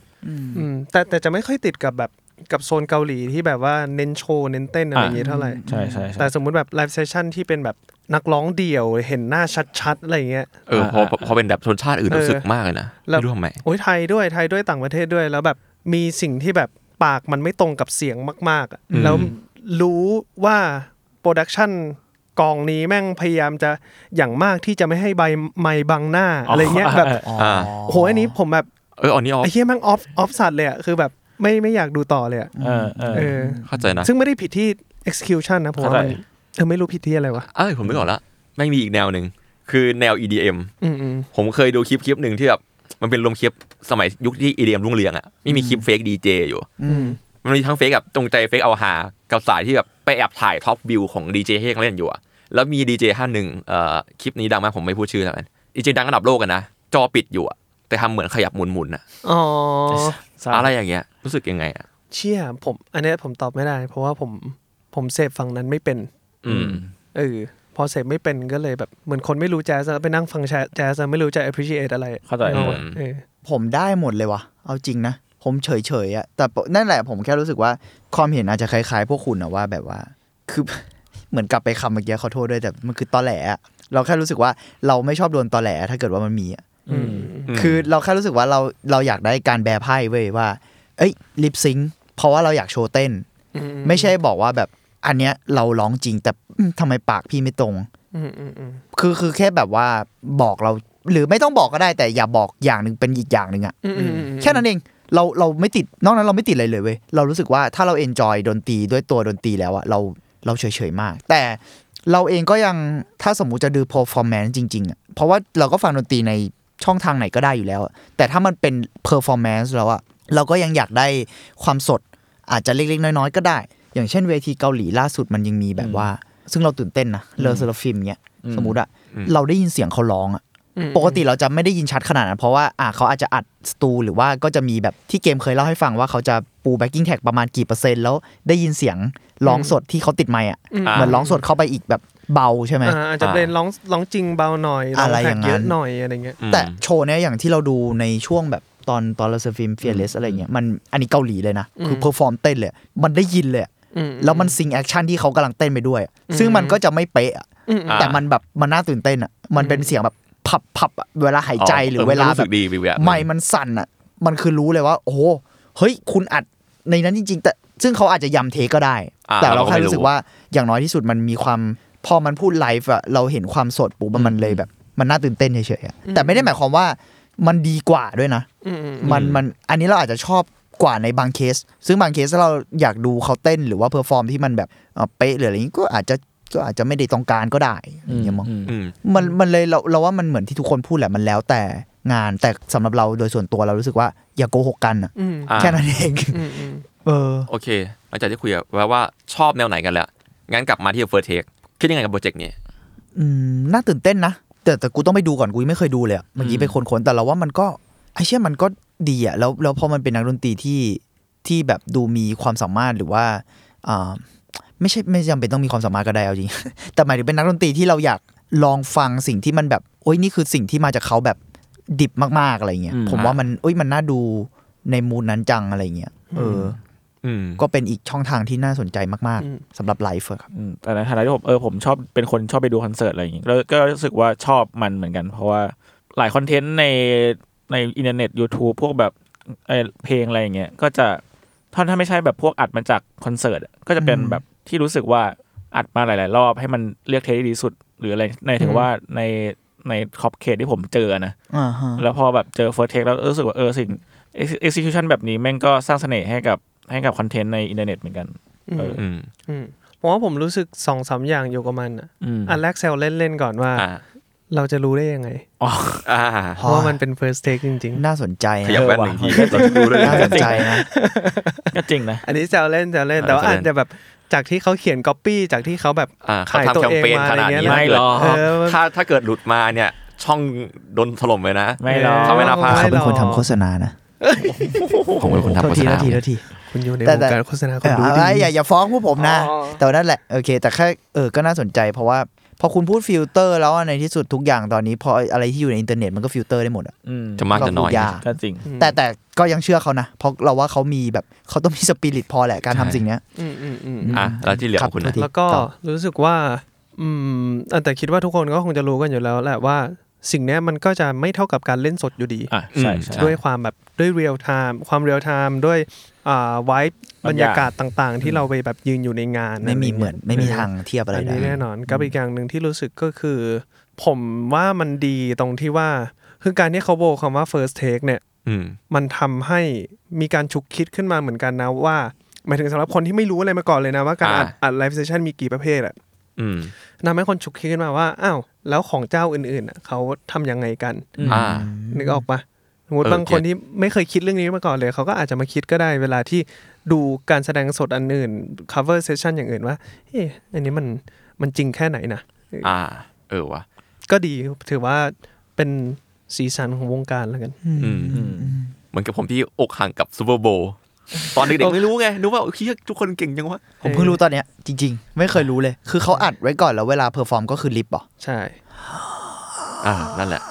Speaker 4: อืมแต่แต่จะไม่ค่อยติดกับแบบกับโซนเกาหลีที่แบบว่าเน้นโชว์เน้นเต้นอะไรอย่างเงี้ยเท่าไหร่
Speaker 2: ใช่ใช่ใช่
Speaker 4: แต่สมมุติแบบไลฟ์เซสชั่นที่เป็นแบบนักร้องเดี่ยวเห็นหน้าชัดๆ อะไรอย่างเงี้ย
Speaker 3: เออพอพอพอเป็นแบบชนชาติอื่น
Speaker 4: เออ
Speaker 3: รู้สึกมากเลยนะ
Speaker 4: แล้ว
Speaker 3: ไม่รู้ทำไม
Speaker 4: โอ้ยไทยด้วยไทยด้วยต่างประเทศด้วย แล้วแบบมีสิ่งที่แบบปากมันไม่ตรงกับเสียงมากๆอะแล้วรู้ว่าโปรดักชันกองนี้แม่งพยายามจะอย่างมากที่จะไม่ให้ใบไม้บังหน้าอะไรเงี้ยแบบ
Speaker 3: อ่า
Speaker 4: โหอันนี้ผมแบบ
Speaker 3: เอออันนี้ออฟ
Speaker 4: ไอ้เหี้ยแม่งออฟออฟสัตว์เลยอะคือแบบไม่ไม่อยากดูต่อเลยอะ
Speaker 2: เออเออ
Speaker 4: เออ
Speaker 3: เข้าใจนะ
Speaker 4: ซึ่งไม่ได้ผิดที่ execution นะผมว่ามัน
Speaker 2: เข้าใจ
Speaker 4: เออไม่รู้ผิดที่อะไรวะ
Speaker 3: เอ้ยผมนึกออกละไม่งมีอีกแนวหนึ่งคือแนว EDM
Speaker 4: อืมอืม
Speaker 3: ผมเคยดูคลิปคลิปหนึ่งที่แบบมันเป็นรวมคลิปสมัยยุคที่ EDM รุ่งเรืองอ่ะไม่มีคลิปเฟกดีเจอยู่
Speaker 4: อืม
Speaker 3: มันมีทั้งเฟกแบบตรงใจเฟกเอาหา กับสายที่แบบไปแอบถ่ายท็อปวิวของดีเจเฮกเล่นอยู่อะแล้วมีดีเจท่านหนึ่งเอ่อคลิปนี้ดังมากผมไม่พูดชื่อแล้วกันดีเจดังระดับโลกกันนะ จอปิดอยู่อะแต่ทำเหมือนขยับหมุนๆอะ
Speaker 4: อ๋อ
Speaker 3: อะไรอย่างเงี้ยรู้สึกยังไงอะ
Speaker 4: เชี่ยผม อันเนี้ยผมตอบไม่ได้ เพราะว่าผมผมเสพฝั่งนั้นไม่เป็น
Speaker 3: อืม
Speaker 4: เออพอเสพไม่เป็นก็เลยแบบเหมือนคนไม่รู้แจ๊สแล้วไปนั่งฟังแจ๊สแจ๊สแล้วไม่รู้จะ appreciate อะไร
Speaker 2: เข้าใจ
Speaker 4: ออ
Speaker 3: อืม
Speaker 4: เออ
Speaker 5: ผมได้หมดเลยวะเอาจริงนะ ผมเฉยเฉยๆอะแต่ปะนั่นแหละผมแค่รู้สึกว่าความเห็นอาจจะคล้ายๆ พวกคุณนะว่าแบบว่า คือ เหมือนกลับไปคำเมื่อกี้ขอโทษด้วยแต่มันคือตอแหลอะเราแค่รู้สึกว่าเราไม่ชอบโดนตอแหลถ้าเกิดว่ามันมีอะ
Speaker 2: อืม
Speaker 5: คือเราแค่รู้สึกว่าเราเราอยากได้การแบร์ไพ่เว้ยว่า เอ้ยลิปซิงเพราะว่าเราอยากโชว์เต้น
Speaker 4: อืม
Speaker 5: ไม่ใช่บอกว่าแบบอันเนี้ยเราร้องจริง แต่อืมทำไมปากพี่ไม่ตรง
Speaker 4: อืมอืมอืม
Speaker 5: คือคือแค่แบบว่าบอกเรา หรือไม่ต้องบอกก็ได้แต่อย่าบอกอย่างหนึ่งเป็นอีกอย่างหนึ่งอะ
Speaker 4: อืมอืมอืม
Speaker 5: แค่นั้นเองเราเราไม่ติดนอกนั้นเราไม่ติดอะไรเลยเว้ยเรารู้สึกว่าถ้าเราเอนจอยดนตรีด้วยตัวดนตรีแล้วอะเราเราเฉยๆมาก แต่เราเองก็ยังถ้าสมมุติจะดู performance จริงๆอะเพราะว่าเราก็ฟังดนตรีใน ช่องทางไหนก็ได้อยู่แล้วอะแต่ถ้ามันเป็น performance แล้วอะเราก็ยังอยากได้ความสด อาจจะเล็กๆ น้อยๆ ก็ได้ อย่างเช่นเวทีเกาหลีล่าสุดมันยังมีแบบว่า ซึ่งเราตื่นเต้นนะเลอเซอร์ฟิมเนี้ย สมมติอะ
Speaker 3: อืม
Speaker 5: เราได้ยินเสียงเขาร้องอะ
Speaker 4: อืม
Speaker 5: ปกติเราจะไม่ได้ยินชัดขนาดนั้นเพราะว่าอ่ะเขาอาจจะอัดสตูหรือว่าก็จะมีแบบที่เกมเคยเล่าให้ฟังว่าเขาจะปูแบ็กกิ้งแท็กประมาณกี่เปอร์เซ็นต์แล้วได้ยินเสียงร้องสดที่เขาติดไมค์อ่ะ
Speaker 4: อืม
Speaker 5: เหมือนร้องสดเข้าไปอีกแบบเบาใช่ไหม
Speaker 4: อ่าอาจจะเป็นร้องร้องจริงเบาหน่อยร้อง
Speaker 5: อะไร
Speaker 4: แท็
Speaker 5: อก ย่างนั้น
Speaker 4: เยอะหน่อยอะไรเงี้ย
Speaker 3: อืม
Speaker 5: แต่โชว์เนี้ยอย่างที่เราดูในช่วงแบบตอนตอนเราเซอร์ฟิล์มเฟียร์เลสอะไรเงี้ยมันอันนี้เกาหลีเลยนะ คือ
Speaker 4: อืม
Speaker 5: เพอร์ฟอร์มเต้นเลยมันได้ยินเลยอะ
Speaker 4: อื
Speaker 5: แล้วมันซิงแอคชั่นที่เขากำลังเต้นไปด้วยอะซึ่งมันก็จะไม่เป๊ะอะ
Speaker 4: อืมอืม
Speaker 5: แต่มันแบบมันน่าตื่นเต้นอ่ะมันเป็นเสียงแบบพับพับๆอะเวลาหายใจหรือเวลา
Speaker 3: มัน
Speaker 5: แบ
Speaker 3: สึ
Speaker 5: บ
Speaker 3: กดีวิวแบบ
Speaker 5: ไม่มันสั่นอ่ะ มันคือรู้เลยว่า โอ้โหเฮ้ย คุณอัดในนั้นจริง ๆ แต่ซึ่งเขาอาจจะยำเทคก็ได้
Speaker 3: อ่
Speaker 5: แต่เราแค่
Speaker 3: ไม่
Speaker 5: รู้สึกว่าอย่างน้อยที่สุดมันมีความ พอมันพูดไลฟ์อะเราเห็นความสดปุ๊บอะมันเลยแบบ มันน่าตื่นเต้นเฉยๆอะแต่ไม่ได้หมายความว่ามันดีกว่าด้วยนะ
Speaker 4: อืมอืม
Speaker 5: มันมันอันนี้เราอาจจะชอบกว่าในบางเคส ซึ่งบางเคสถ้าเราอยากดูเขาเต้นหรือว่าเพอร์ฟอร์มที่มันแบบเอ่อเป๊ะหรืออะไรอย่างงี้ก็อาจจะก็อาจจะไม่ได้ต้องการก็ได้อะไรอย่างเงี้ยมั้ง
Speaker 3: อืม
Speaker 5: มันมันเลยเราเราว่ามันเหมือนที่ทุกคนพูดแหละมันแล้วแต่งานแต่สำหรับเราโดยส่วนตัวเรารู้สึกว่าอย่าโกหกกันอ่ะ
Speaker 4: อืม
Speaker 3: อ่า
Speaker 5: แค่นั้นเอง
Speaker 4: อืมอืม
Speaker 5: เออ
Speaker 3: โอเคหลังจากที่คุยกับว่าว่าชอบแนวไหนกันแล้ว งั้นกลับมาที่ First Take คิดยังไงกับโปรเจกต์นี้
Speaker 5: อืมน่าตื่นเต้นนะแต่แต่กูต้องไปดูก่อนกูยังไม่เคยดูเลยอะเมื่อกี้ไปค้นๆแต่เราว่ามันก็ไอเชี่ยมันก็ดีอ่ะแล้วแล้วพอมันเป็นนักดนตรีที่ที่แบบดูมีความสามารถหรือว่าอ่าไม่ใช่ไม่จำเป็นต้องมีความสามารถก็ได้เอาจริง แต่หมายถึงเป็นนักดนตรีที่เราอยากลองฟังสิ่งที่มันแบบโอ้ยนี่คือสิ่งที่มาจากเขาแบบดิบมากๆอะไรเงี้ย
Speaker 2: อืม
Speaker 5: ผมว่ามันโอ้ยมันน่าดูในมูดนั้นจังอะไรเงี้ยเอออ
Speaker 3: อืม
Speaker 5: ก็เป็นอีกช่องทางที่น่าสนใจมากๆสำหรับไลฟ์อะครับ
Speaker 2: อืมแต่ในฐานะที่ผมเออผมชอบเป็นคนชอบไปดูคอนเสิร์ตอะไรอย่างงี้แล้วก็รู้สึกว่าชอบมันเหมือนกัน เพราะว่าหลายคอนเทนต์ในในอินเทอร์เน็ต YouTube พวกแบบเอ่อเพลงอะไรอย่างเงี้ยก็จะถ้าถ้าไม่ใช่แบบพวกอัดมาจากคอนเสิร์ตอะก็จะเป็น
Speaker 5: อืม
Speaker 2: แบบที่รู้สึกว่าอัดมาหลาย ๆ รอบให้มันเลือกเทปที่ดีที่สุด หรืออะไรในถือว่าในในขอบเขตที่ผมเจอนะ
Speaker 5: อ่าฮะ
Speaker 2: แล้วพอแบบเจอ first take แล้วรู้สึกว่าเออสิ่ง ex- execution แบบนี้แม่งก็สร้างเสน่ห์ให้กับให้กับคอนเทนต์ในอินเทอร์เน็ตเหมือนกันเออ
Speaker 3: อืม
Speaker 4: อืมผมว่าผมรู้สึกสองสามอย่างอยู่กับมันอะ
Speaker 2: อืม
Speaker 4: อันแรกแซวเล่นๆก่อนว่า
Speaker 3: อ่า
Speaker 4: เราจะรู้ได้ยังไง
Speaker 2: อ๋อ
Speaker 3: อ่า
Speaker 5: อ๋อ
Speaker 4: ว่ามันเป็น first take จริง
Speaker 5: น่าสนใจ
Speaker 3: ขยับ
Speaker 5: นะ
Speaker 3: แว่นหนึ่งทีเราจะรู้เลย
Speaker 5: น่าสนใจนะ
Speaker 2: ก็จริงนะ
Speaker 4: ๆ อันนี้แซวเล่นแซวเล่น
Speaker 3: อ่า
Speaker 4: แต่ว่า
Speaker 3: แซว
Speaker 4: อา
Speaker 3: เล่
Speaker 4: จ
Speaker 3: น
Speaker 4: จะแบบจากที่เขาเขียน copy จากที่เขาแบบ
Speaker 3: อ่าเขา
Speaker 4: ขาย
Speaker 3: ทำ
Speaker 4: ตัว
Speaker 3: แคมเปญ
Speaker 4: เองมา
Speaker 3: ขนาด
Speaker 4: อะไรเงี้
Speaker 3: นี้
Speaker 4: ย
Speaker 3: ถ้า
Speaker 2: ไม่
Speaker 3: เกิด
Speaker 2: หรอก
Speaker 4: เออ
Speaker 3: ถ้าถ้าเกิดหลุดมาเนี่ย ช่องโดนถล่มเลยนะ
Speaker 2: ไม่หรอก
Speaker 3: เขาไม่รับภาพ
Speaker 5: เขาเป็นคนทำโฆ
Speaker 4: ษณา
Speaker 5: ษณานะ
Speaker 3: ผมเป็นคนทำ
Speaker 5: โทษ
Speaker 3: โฆษ
Speaker 5: ที
Speaker 3: ณา
Speaker 5: โทษทีโทษที
Speaker 4: คุณอยู่ใน
Speaker 5: แต่
Speaker 4: วง
Speaker 5: แต่
Speaker 4: การโฆษณาค
Speaker 5: เอน อ
Speaker 4: ดู
Speaker 5: เอา
Speaker 4: ดี
Speaker 5: ไว้อย่าอย่าฟ้องพวกผมนะ
Speaker 4: อ๋อ
Speaker 5: แต่ว่านั่นแหละโอเค แต่แค่เออก็น่าสนใจ เพราะว่าพอคุณพูดฟิลเตอร์แล้วอะในที่สุดทุกอย่างตอนนี้พออะไรที่อยู่ในอินเทอร์เน็ตมันก็ฟิลเตอร์ได้หมดอะ
Speaker 2: อืม
Speaker 3: จะมากจะน้อย
Speaker 5: เรพูดยาก
Speaker 2: ก็จริง
Speaker 4: อืม
Speaker 5: แต่แต่ก็ยังเชื่อเขานะเพราะเราว่าเขามีแบบเขาต้องมีสปิริตพอแหละการทำ
Speaker 3: ใช่
Speaker 5: สิ่งเนี้ย
Speaker 4: อืมอืมอืม
Speaker 3: อ่ะแล้วที่เหลือข
Speaker 5: ครับ
Speaker 3: องคุณ
Speaker 5: โท
Speaker 3: นะ
Speaker 5: ษที
Speaker 4: แล้วก็
Speaker 5: ต่อ
Speaker 4: รู้สึกว่า อืมอ่ะแต่คิดว่าทุกคนก็คงจะรู้กันอยู่แล้วแหละว่าสิ่งเนี้ยมันก็จะไม่เท่ากับการเล่นสดอยู่ดี
Speaker 2: อ่ะใช่ใช่
Speaker 4: ด้วยความแบบด้วยเรียลไทม์ความเรียลไทม์ด้วยอ่าไว
Speaker 2: บร
Speaker 4: บร
Speaker 2: รยา
Speaker 4: รา
Speaker 2: ยาก
Speaker 4: กา
Speaker 2: ศ
Speaker 4: ศต่างๆ ที่เราไปแบบยืนอยู่ในงาน
Speaker 5: ไม่มีเหมือนไม่มีทางเทียบอะไร
Speaker 4: อัน
Speaker 5: ได้
Speaker 4: นี้แน่นอนกับอีกอย่างหนึ่งที่รู้สึกก็คือ ผมว่ามันดีตรงที่ว่าคือการที่เขาโบกคำว่า first take เนี่ย
Speaker 3: อืม
Speaker 4: มันทำให้มีการฉุกคิดขึ้นมาเหมือนกันนะว่าหมายถึงสำหรับคนที่ไม่รู้อะไรมาก่อนเลยนะว่าการอัด
Speaker 3: อ่า
Speaker 4: อัดไลฟ์เซชันมีกี่ประเภทอะ
Speaker 3: อืม
Speaker 4: ทำให้คนฉุกคิดขึ้นมาว่า อ้าว แล้วของเจ้าอื่นๆน่ะเขาทำยังไงกัน
Speaker 3: อ่า
Speaker 4: นึกออกปะสมมติ
Speaker 3: เออ
Speaker 4: บางคนที่ไม่เคยคิดเรื่องนี้มาก่อนเลย เขาก็อาจจะมาคิดก็ได้เวลาที่ดูการแสดงสดอันอื่น cover session อย่างอื่นว่า เอ๊ะอันนี้มันมันจริงแค่ไหนนะ
Speaker 3: อ่า เออวะ
Speaker 4: ก็ดีถือว่าเป็นสีสันของวงการแล้วกัน
Speaker 3: อืมเหมือนกับผมที่อกหักกับซูเปอร์โบตอนเด็กๆไม่รู้ไงนึกว่าเฮ้ยทุกคนเก่งจังวะ
Speaker 5: ผมเพิ่งรู้ตอนเนี้ยจริง ๆ ไม่เคยรู้เลย คือเขาอัดไว้ก่อนแล้วเวลาเพอร์ฟอร์มก็คือลิฟต์เหรอ
Speaker 4: ใช่
Speaker 3: อ่า นั่นแหละ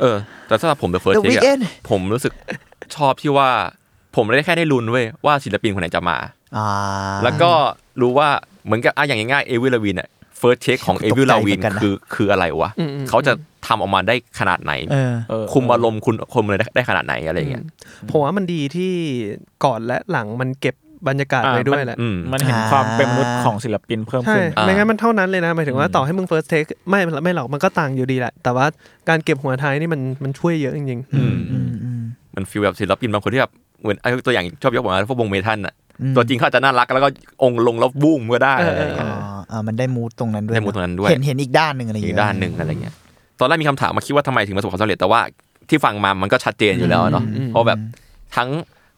Speaker 3: เออ แต่สำหรับผม The
Speaker 5: เด
Speaker 3: First
Speaker 5: อะวี
Speaker 3: Take
Speaker 5: เอ
Speaker 3: อะ
Speaker 5: น
Speaker 3: ผมรู้สึก ชอบที่ว่า ผมได้แค่ได้ลุ้นเว้ยว่าศิลปินคนไหนจะมา
Speaker 5: อ่า
Speaker 3: แล้วก็รู้ว่าเหมือนกับอ่ะอย่างง่ายๆเอวิลาวินอะ First Take ของเอวิลาวิน
Speaker 5: ตกใจเหมือนกันนะ
Speaker 3: คือคืออะไรวะ เขาจะทำออกมาได้ขนาดไหน
Speaker 5: เออ
Speaker 2: เออ
Speaker 3: คุมอารมณ์คุณคุมเลยได้ขนาดไหนอะไรอย่างเงี้ย
Speaker 4: ผมว่ามันดีที่ก่อนและหลังมันเก็บบรรยากาศไว้ด้วยแหละ
Speaker 3: อืม
Speaker 2: มันเห็นความเป็นมนุษย์ของศิลปินเพิ่ม
Speaker 4: ใช่
Speaker 2: ขึ้น
Speaker 3: อ่า
Speaker 4: ไม่งั้นมันเท่านั้นเลยนะ หมายถึงว่าต่อให้มึง first take ไม่ไม่หรอก มันก็ต่างอยู่ดีแหละ แต่ว่าการเก็บหัวท้ายนี่มันมันช่วยเยอะจริง
Speaker 3: อืมมันฟีลแบบศิลปินบางคนที่แบบเหมือนไอ้ตัวอย่างชอบยกผมนะพวกวงเมทัลน่ะตัวจริงเขาอาจจะน่ารักแล้วก็องค์ลงแล้วบูมก็ได้อะไรอย่างเงี้ย
Speaker 5: อ๋ออ่ามันได้มูดตรงนั้นด้วย
Speaker 3: ได้มูดตรงนั้นด้วย
Speaker 5: เห็นเห็นอีกด้านหนึ่งอะไรอย่าง
Speaker 3: อีก
Speaker 5: เงี้ย
Speaker 3: ด้านหนึ่งอะไรเงี้ย ตอนแรกมีคำถามมาคิดว่าทำไมถึงประสบความสำเร็จแต่ว่าที่ฟังมามันก็ชัดเจนอยู่แล้วเนาะ เพราะแบบทั้ง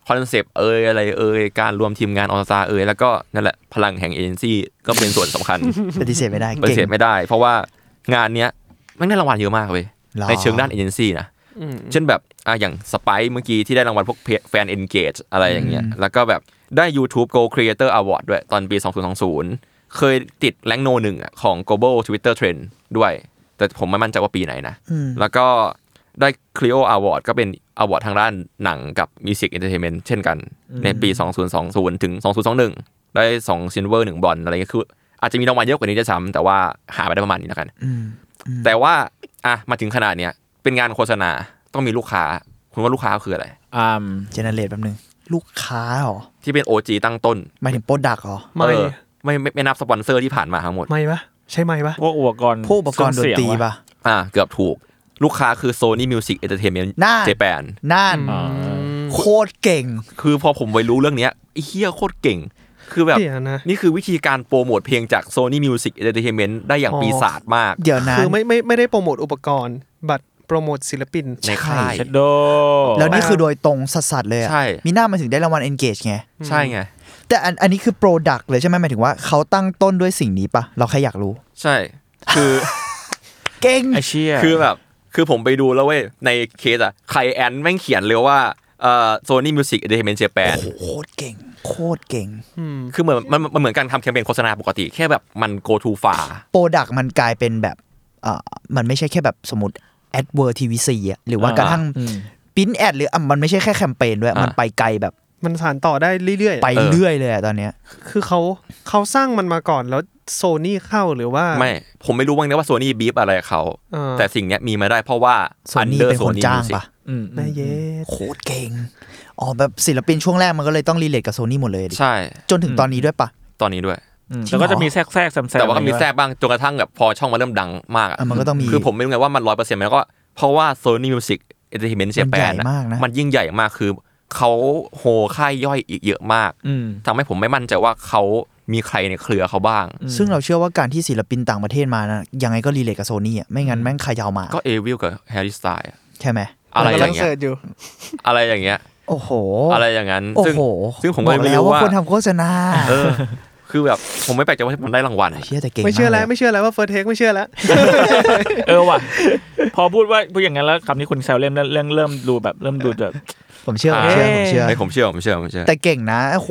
Speaker 3: คอนเซปต์เอยอะไรเอยการรวมทีมงานออสตาเอยแล้วก็นั่นแหละพลังแห่งเอเจนซี่ก็เป็นส่วนสำคัญ
Speaker 5: ปฏิเสธไม่ได้
Speaker 3: ปฏิ
Speaker 5: เก่ง
Speaker 3: เสธไม่ได้ เพราะว่างานเนี้ยมันได้รางวัลเยอะมากเว้ย
Speaker 5: หรอ
Speaker 3: ในเชิงด้านเอเจนซี่นะ
Speaker 4: อืม
Speaker 3: เช่นแบบอ่ะอย่างสไปซ์เมื่อกี้ที่ได้รางวัลพวกแฟนเอนเกจอะไรอย่างเงี้ย แล้วก็แบบได้ YouTube Go Creator Award ด้วยตอนปี 2020 เคยติดแรงโนหนึ่งอ่ะของ Global Twitter Trend ด้วย แต่ผมไม่มั่นใจว่าปีไหนนะ
Speaker 5: อืม
Speaker 3: แล้วก็ได้ Clio Award ก็เป็น Award ทางด้านหนังกับ Music Entertainment เช่นกัน ในปี 2020 ถึง 2021 ได้2 Silver 1บอลอะไรเงี้ยคือ อาจจะมีรางวัลเยอะกว่านี้ด้วยซ้ำแต่ว่าหาไปได้ประมาณนี้แล้วกัน
Speaker 5: อืม
Speaker 3: แต่ว่าอ่ะมาถึงขนาดเนี้ยเป็นงานโฆษณาต้องมีลูกค้า คุณว่าลูกค้าคืออะไร
Speaker 2: อ่า
Speaker 5: เจเนเรตแป๊บนึง ลูกค้าเหรอ
Speaker 3: ที่เป็น OG ตั้งต้น
Speaker 5: หมายถึงโปรดักเหรอ
Speaker 4: ไม่
Speaker 3: เออไม่ไม่ไม่นับสปอนเซอร์ที่ผ่านมาทั้งหมด
Speaker 4: ไม่ปะใช่ไม่ปะ
Speaker 2: พวกอุปกรณ์
Speaker 5: พวกอุปกรณ์ดนตรีป่ะ
Speaker 3: อ่ะเกือบถูกลูกค้าคือ Sony Music Entertainment
Speaker 5: น่า
Speaker 3: Japan
Speaker 5: น่าน
Speaker 2: อ่า
Speaker 5: โคตรเก่ง
Speaker 3: คือพอผมไปรู้เรื่องเนี้ยไอ้เฮียโคตรเก่ง คือแบบ
Speaker 4: เดี๋ยวนะ
Speaker 3: นี่คือวิธีการโปรโมทเพลงจาก Sony Music Entertainment ได้อย่าง
Speaker 4: อ๋อ
Speaker 3: ปีศาจมาก
Speaker 5: เดี๋ยวนะ
Speaker 4: คือไม่ไม่ไม่ได้โปรโมทอุปกรณ์ บัตรโปรโมทศิลปิน
Speaker 3: ในค่าย
Speaker 2: เชดโด
Speaker 5: แล้วนี่คือโดยตรงสัสๆเลยอะ
Speaker 3: ใช่
Speaker 5: มีหน้ามันถึงได้รางวัล Engage ไง
Speaker 3: ใช่ไง
Speaker 5: แต่อันอันนี้คือโปรดักเลยใช่ไหมหมายถึงว่าเขาตั้งต้นด้วยสิ่งนี้ปะเราแค่อยากรู้
Speaker 3: ใช่ คือ
Speaker 5: เก่ง
Speaker 2: ไอเชี่ย
Speaker 3: คือแบบ คือผมไปดูแล้วเว้ย ในเคสอะใครแอนแม่งเขียนเลยว่าเอ่อ Sony Music Entertainment Japan
Speaker 5: โคตรเก่ง โคตรเก่ง
Speaker 3: คือเหมือนมันมันเหมือนการทำแคมเปญโฆษณาปกติ แค่แบบมัน go to far
Speaker 5: โปรดักมันกลายเป็นแบบเอ่อมันไม่ใช่แค่แบบสมมติแอดเวอร์ทีวีซีอะหรือว่ากระทั่ง
Speaker 2: อืม
Speaker 5: ปิ้นแอดหรืออ่ะมันไม่ใช่แค่แคมเปญด้วย
Speaker 3: อ่ะ
Speaker 5: มันไปไกลแบบ
Speaker 4: มันสานต่อได้เรื่อยๆอะ
Speaker 5: ไปเรื่อยเลยอะตอนเนี้ย
Speaker 4: คือเขาเขาสร้างมันมาก่อนแล้วโซนี่เข้าหรือว่า
Speaker 3: ไม่ ผมไม่รู้ว่าเนี่ยว่า Sony บีฟอะไรกับเขา
Speaker 4: เออ
Speaker 3: แต่สิ่งเนี้ยมีมาได้เพราะว่า
Speaker 5: โซนี่
Speaker 3: Under
Speaker 5: เป็นคน
Speaker 3: Sony
Speaker 5: จ้าง
Speaker 3: Music
Speaker 5: ปะ
Speaker 2: อืมอื
Speaker 4: นาย
Speaker 2: ม
Speaker 4: เยส
Speaker 5: โคตรเก่งอ๋อแบบศิลปินช่วงแรกมันก็เลยต้องรีเลทกับโซนี่หมดเลยดิ
Speaker 3: ใช่
Speaker 5: จนถึงตอนนี้ด้วยปะ
Speaker 3: ตอนนี้ด้วย
Speaker 2: อืม
Speaker 5: จริงเหรอ
Speaker 2: แล้วก็จะมีแทรกแทรกแซมแซม
Speaker 3: แต่ว่าก็มีแทรกบ้างจนกระทั่งแบบพอช่องมาเริ่มดังมากอะ
Speaker 5: อ่ะมันก็ต้องมี
Speaker 3: คือผมไม่รู้ไงว่ามันร้อยเปอร์เซ็นต์แล้วก็เพราะว่า Sony Music Entertainment
Speaker 5: มันใหญ่
Speaker 3: Japan
Speaker 5: มากนะ
Speaker 3: มันยิ่งใหญ่มากคือเขาโฮค่ายย่อยอีกเยอะมาก
Speaker 2: อืม
Speaker 3: ทำให้ผมไม่มั่นใจว่าเขามีใครในเครือเขาบ้าง
Speaker 2: อืม
Speaker 5: ซึ่งเราเชื่อว่าการที่ศิลปินต่างประเทศมานะยังไงก็รีเลทกับโซนี่อ่ะไม่งั้นแม่งขยาวมา
Speaker 3: ก็เอวิลกับแฮร์รี่สไตล์
Speaker 5: ใช่ไหม
Speaker 3: อะไรอ
Speaker 4: มันกำลั
Speaker 3: ย่างเงี้ย
Speaker 4: เสิร์ชอยู่
Speaker 3: อะไรอย่างเงี้ย
Speaker 5: โอ้โห
Speaker 3: อะไรอย่างนั้น
Speaker 5: โอ้
Speaker 3: ซึ่ง
Speaker 5: โห
Speaker 3: ซึ่งผม
Speaker 5: บ
Speaker 3: ก็
Speaker 5: อ
Speaker 3: เล
Speaker 5: ก
Speaker 3: ยไม่
Speaker 5: แล้ว
Speaker 3: รู้
Speaker 5: ว่า
Speaker 3: ว่า
Speaker 5: คนทำโฆษณา
Speaker 3: เออคือแบบผมไม่แปลกใจว่ามันได้รางวัลอะ
Speaker 5: เชื่อแต่เก่ง
Speaker 4: ไม่เชื่อแล้ว
Speaker 5: ากย
Speaker 4: ไม่เชื่อแล้วว่าเฟิร์เทคไม่เชื่อแล้ว
Speaker 2: เออว่ะ พอพูดว่าพูดอย่างนั้นแล้วคำนี้คุณแซวเล่มเรื่องเริ่มดูแบบเริ่มดูแบบ
Speaker 5: ผมเชื่อผมเชื่อผมเชื่อ
Speaker 3: เฮ้ยผมเชื่อผมเชื่อผมเชื่อ
Speaker 5: แต่เก่งนะโอ้โห